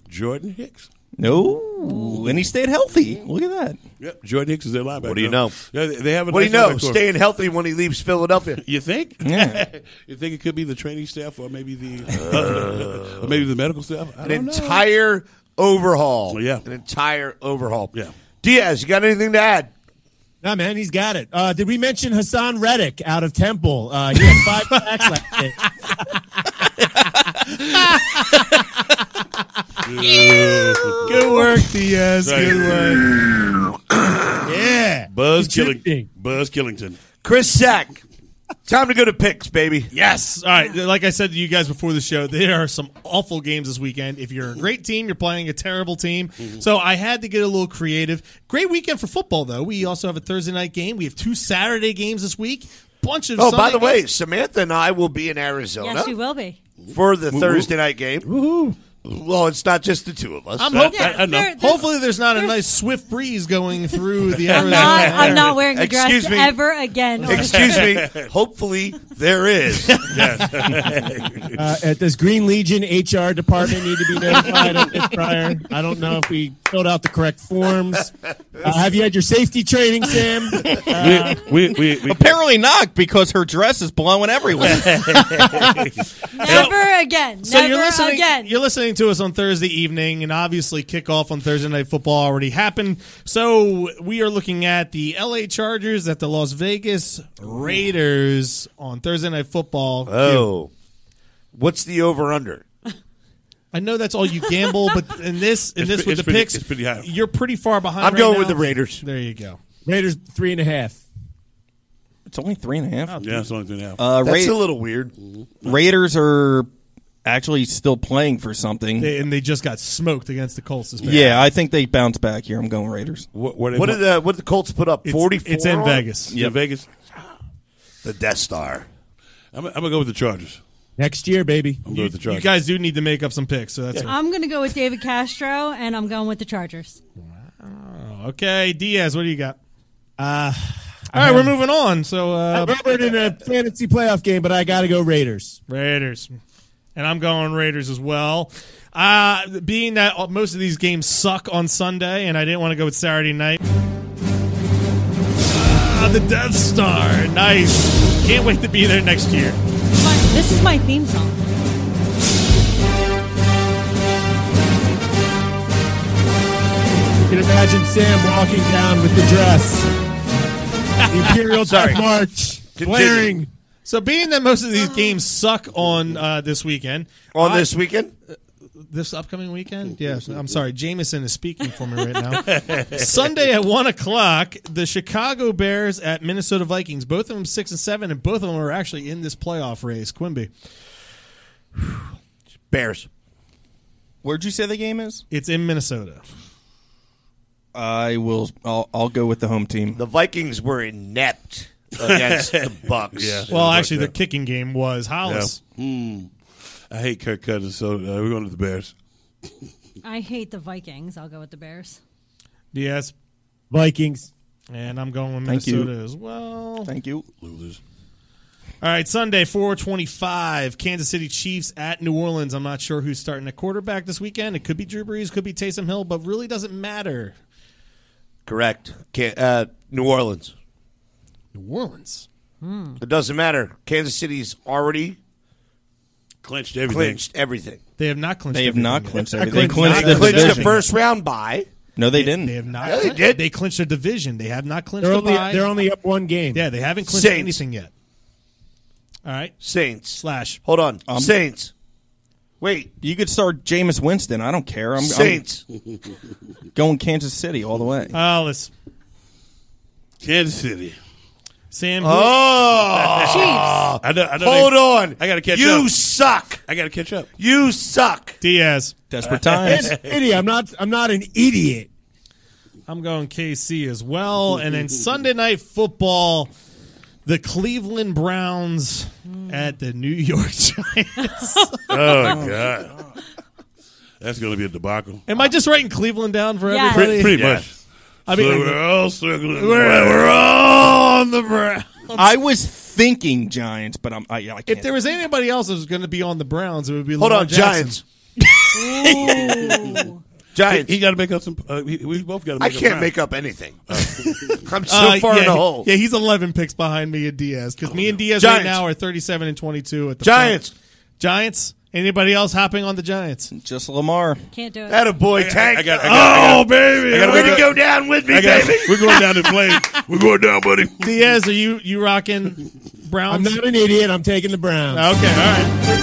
Jordan Hicks.
No, and he stayed healthy. Look at that.
Yep, Jordan Hicks is their linebacker.
do you know?
Yeah, they, they have a
What do
nice
you know?
linebacker core.
Staying healthy when he leaves Philadelphia.
You think?
Yeah.
you think it could be the training staff or maybe the or maybe the medical staff? I
An
don't know.
entire overhaul.
Yeah.
An entire overhaul.
Yeah.
Diaz, you got anything to add?
Nah, man, he's got it. Uh, did we mention Hassan Reddick out of Temple? Uh, he had five sacks last day.
Good work, uh, Diaz. Good work.
yeah.
Buzz Killing Buzz Killington.
Chris Sack. Time to go to picks, baby.
Yes. All right. Like I said to you guys before the show, there are some awful games this weekend. If you're a great team, you're playing a terrible team.
Mm-hmm.
So I had to get a little creative. Great weekend for football, though. We also have a Thursday night game. We have two Saturday games this week. Bunch of
Oh,
Sunday
by the way,
games.
Samantha and I will be in Arizona
Yes, you will be.
for the
Woo-hoo.
Thursday night game. Well, it's not just the two of us.
I'm hoping. Hopefully, there's not a nice swift breeze going through the
I'm
Arizona.
not-
area.
I'm
Not wearing a
Excuse
dress
me.
ever again.
Excuse me. Hopefully, there is.
Uh, uh, does Green Legion HR department need to be notified of this prior? I don't know if we filled out the correct forms. Uh, have you had your safety training, Sam? Uh,
we, we,
Apparently not, because her dress is blowing everywhere.
Never again.
So
Never
you're listening.
again.
You're listening to us on Thursday evening, and obviously kickoff on Thursday night football already happened. So we are looking at the L.A. Chargers at the Las Vegas Raiders on Thursday night football.
Oh. What's the over under?
I know that's all you gamble, but in this, in
It's
this
pre- it's
with the
pretty-
picks,
it's pretty high.
You're pretty far behind.
I'm
right
going with
now.
the Raiders.
There you go.
Raiders three and a half.
It's only three and a half.
yeah, Mm-hmm. it's only three and a half.
Uh,
That's
Ra-
a little weird.
Raiders are actually still playing for something.
They, and they just got smoked against the Colts. This past-
Mm. yeah, I think they bounce back here. I'm going Raiders.
What,
What did the What did the Colts put up?
It's-
Forty four.
it's in Vegas.
Yeah, Vegas.
The Death Star.
I'm, I'm gonna go with the Chargers.
Next year, baby.
I'm going with the
You
Chargers.
guys do need to make up some picks, so that's
I'm going to go with David Castro, and I'm going with the Chargers.
Oh, okay. Diaz, what do you got?
Uh,
All right, we're moving on. So uh,
I'm Robert in a fantasy playoff game, but I got to go Raiders.
Raiders. And I'm going Raiders as well. Uh, being that all- most of these games suck on Sunday, and I didn't want to go with Saturday night. Ah, the Death Star. Nice. Can't wait to be there next year.
My- this is my theme song.
You can imagine Sam walking down with the dress, the Imperial Death March, blaring.
So, being that most of these games suck on uh, this weekend, Uh,
On this weekend?
this upcoming weekend, yes. I'm sorry, Jameson is speaking for me right now. Sunday at one o'clock, the Chicago Bears at Minnesota Vikings. Both of them six and seven, and both of them are actually in this playoff race. Quimby.
Bears.
Where'd you say the game is?
It's in Minnesota.
I will. I'll, I'll go with the home team.
The Vikings were inept against the Bucks.
Yeah.
Well,
Fuck
actually, the
that.
kicking game was Hollis.
Yeah. Mm. I hate Kirk Cousins, so uh, we're going to the Bears.
I hate the Vikings. I'll go with the Bears.
Yes,
Vikings.
And I'm going with
Thank you.
Minnesota as
Oh.
well.
Thank you.
Losers.
All right, Sunday, 425, Kansas City Chiefs at New Orleans. I'm not sure who's starting at quarterback this weekend. It could be Drew Brees, could be Taysom Hill, but really doesn't matter.
Correct. Can, uh, New Orleans.
New Orleans. Hmm.
It doesn't matter. Kansas City's already
clinched everything.
clinched everything.
They have not clinched
They have not
yet.
clinched everything. They clinched
They
the
clinched
division.
first round bye.
No, they didn't.
They have not.
Yeah, they did.
They clinched a division. They have not clinched
They're
a
only,
bye.
they're only up one game.
yeah, they haven't clinched
Saints.
anything yet. All right.
Saints.
Slash.
Hold on.
Um,
Saints. Wait.
You could start Jameis Winston. I don't care. I'm,
Saints.
I'm going Kansas City all the way.
Oh,
Hollis.
Kansas City.
Sam.
Oh.
Chiefs.
I know, I know
Hold
they-
on.
I gotta catch
you
up.
suck.
I got to catch up.
You suck.
Diaz.
Desperate times.
Idiot. I'm not. I'm not an idiot.
I'm going KC as well. And then Sunday night football, the Cleveland Browns at the New York Giants.
Oh, God. That's going to be a debacle.
Am I just writing Cleveland down for
Yes.
everybody?
Pretty
Yeah.
much.
I mean,
so
I-
we're all circling.
We're, we're on the Browns.
I was thinking Giants, but I'm. I, I can't.
if there was anybody else that was going to be on the Browns, it would be
Hold
Lamar
on,
Jackson.
Giants.
Ooh.
Giants.
He got to make up some. Uh, we, we both got to.
I
Make
can't
up
make up anything.
Oh.
I'm so
Uh,
far
yeah,
in the
he-
hole. Oh,
Yeah, he's 11 picks behind me and Diaz because me and Diaz right
Giants.
now are 37 and 22 at the
Giants.
front. Giants. Anybody else hopping on the Giants?
Just Lamar.
Can't do it.
That a boy tank.
I got- I got-
oh baby,
I gotta
way to
go-
go down with me,
I got,
baby.
we're going down in flames. We're going down, buddy.
Diaz, are you you rocking Browns?
I'm not an idiot. I'm taking the Browns.
Okay, all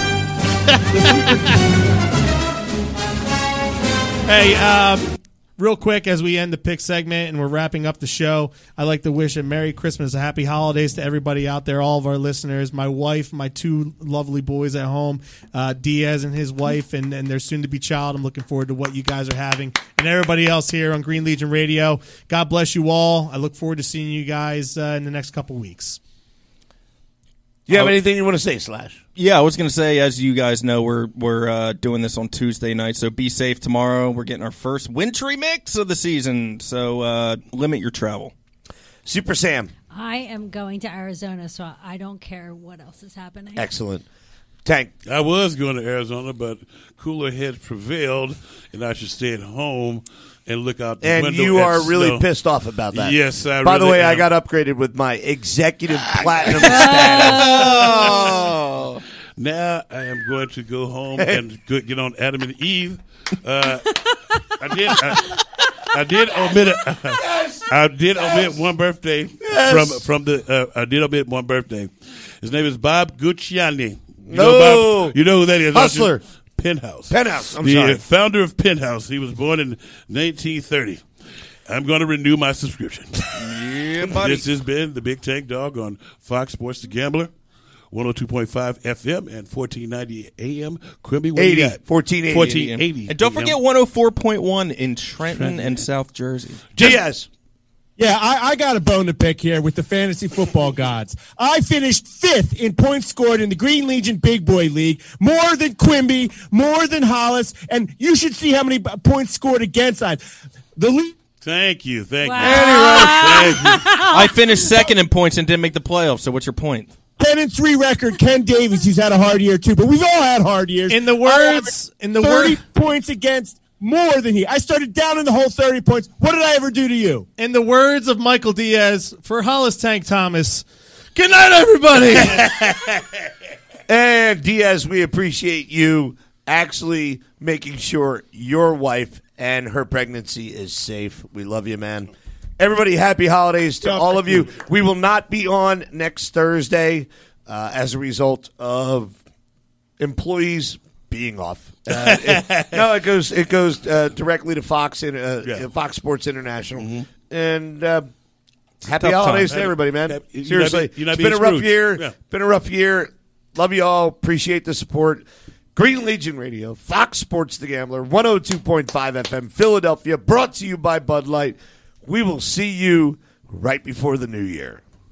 right. hey, um, real quick as we end the pick segment and we're wrapping up the show, I'd like to wish a Merry Christmas, a Happy Holidays to everybody out there, all of our listeners, my wife, my two lovely boys at home, uh, Diaz and his wife, and, and their soon to be child. I'm looking forward to what you guys are having, and everybody else here on Green Legion Radio. God bless you all. I look forward to seeing you guys uh, in the next couple weeks.
You have anything you want to say, Slash?
Yeah, I was gonna say, as you guys know, we're we're uh, doing this on Tuesday night, so be safe tomorrow. We're getting our first wintry mix of the season, so uh, limit your travel.
Super Sam,
I am going to Arizona, so I don't care what else is happening.
excellent. Tank,
I was going to Arizona, but cooler heads prevailed, and I should stay at home and look out the
and
window.
you
at
are really
snow.
pissed off about that.
Yes, I
By the
really
way, I
am.
got upgraded with my executive platinum status.
Oh. Now I am going to go home and go- get on Adam and Eve. Uh, I did. I, I did omit. A, I did omit one birthday from from the. Uh, I did omit one birthday. His name is Bob Gucciani. You
No.
know Bob, you know who that is? don't you?
Hustler.
Penthouse.
Penthouse, I'm
the
sorry.
founder of Penthouse. He was born in 1930. I'm going to renew my subscription.
Yeah,
This has been the Big Tank Dog on Fox Sports The Gambler, 102.5 FM and 1490 AM. Quimby, what do you
80,
got?
1480.
1480.
And don't oh
AM.
forget 104.1 in Trenton and South Jersey.
Diaz,
Yeah, I, I got a bone to pick here with the fantasy football gods. I finished fifth in points scored in the Green Legion Big Boy League, more than Quimby, more than Hollis, and you should see how many b- points scored against I. The league.
Thank you. Thank
Anyway.
you. Thank you.
I finished second in points and didn't make the playoffs. So what's your point?
10 and 3 record, Ken Davies, who's had a hard year too, but we've all had hard years. In the words,
in the
30
word-
points against more than he. I started down in the whole 30 points. What did I ever do to you?
In the words of Michael Diaz for Hollis Tank Thomas, good night, everybody.
And Diaz, we appreciate you actually making sure your wife and her pregnancy is safe. We love you, man. Everybody, happy holidays to all of you. We will not be on next Thursday uh, as a result of employees being off. Uh, it- no, it goes it goes uh, directly to Fox in, uh, Fox Sports International, and uh, happy
tough time.
holidays to
Hey,
everybody, man.
that- you're not
Seriously,
be- you're not
it's
being
been a rough
Scrooge.
year.
Yeah.
Been a rough year. Love you all. Appreciate the support. Green Legion Radio, Fox Sports The Gambler, 102.5 FM, Philadelphia, brought to you by Bud Light. We will see you right before the new year.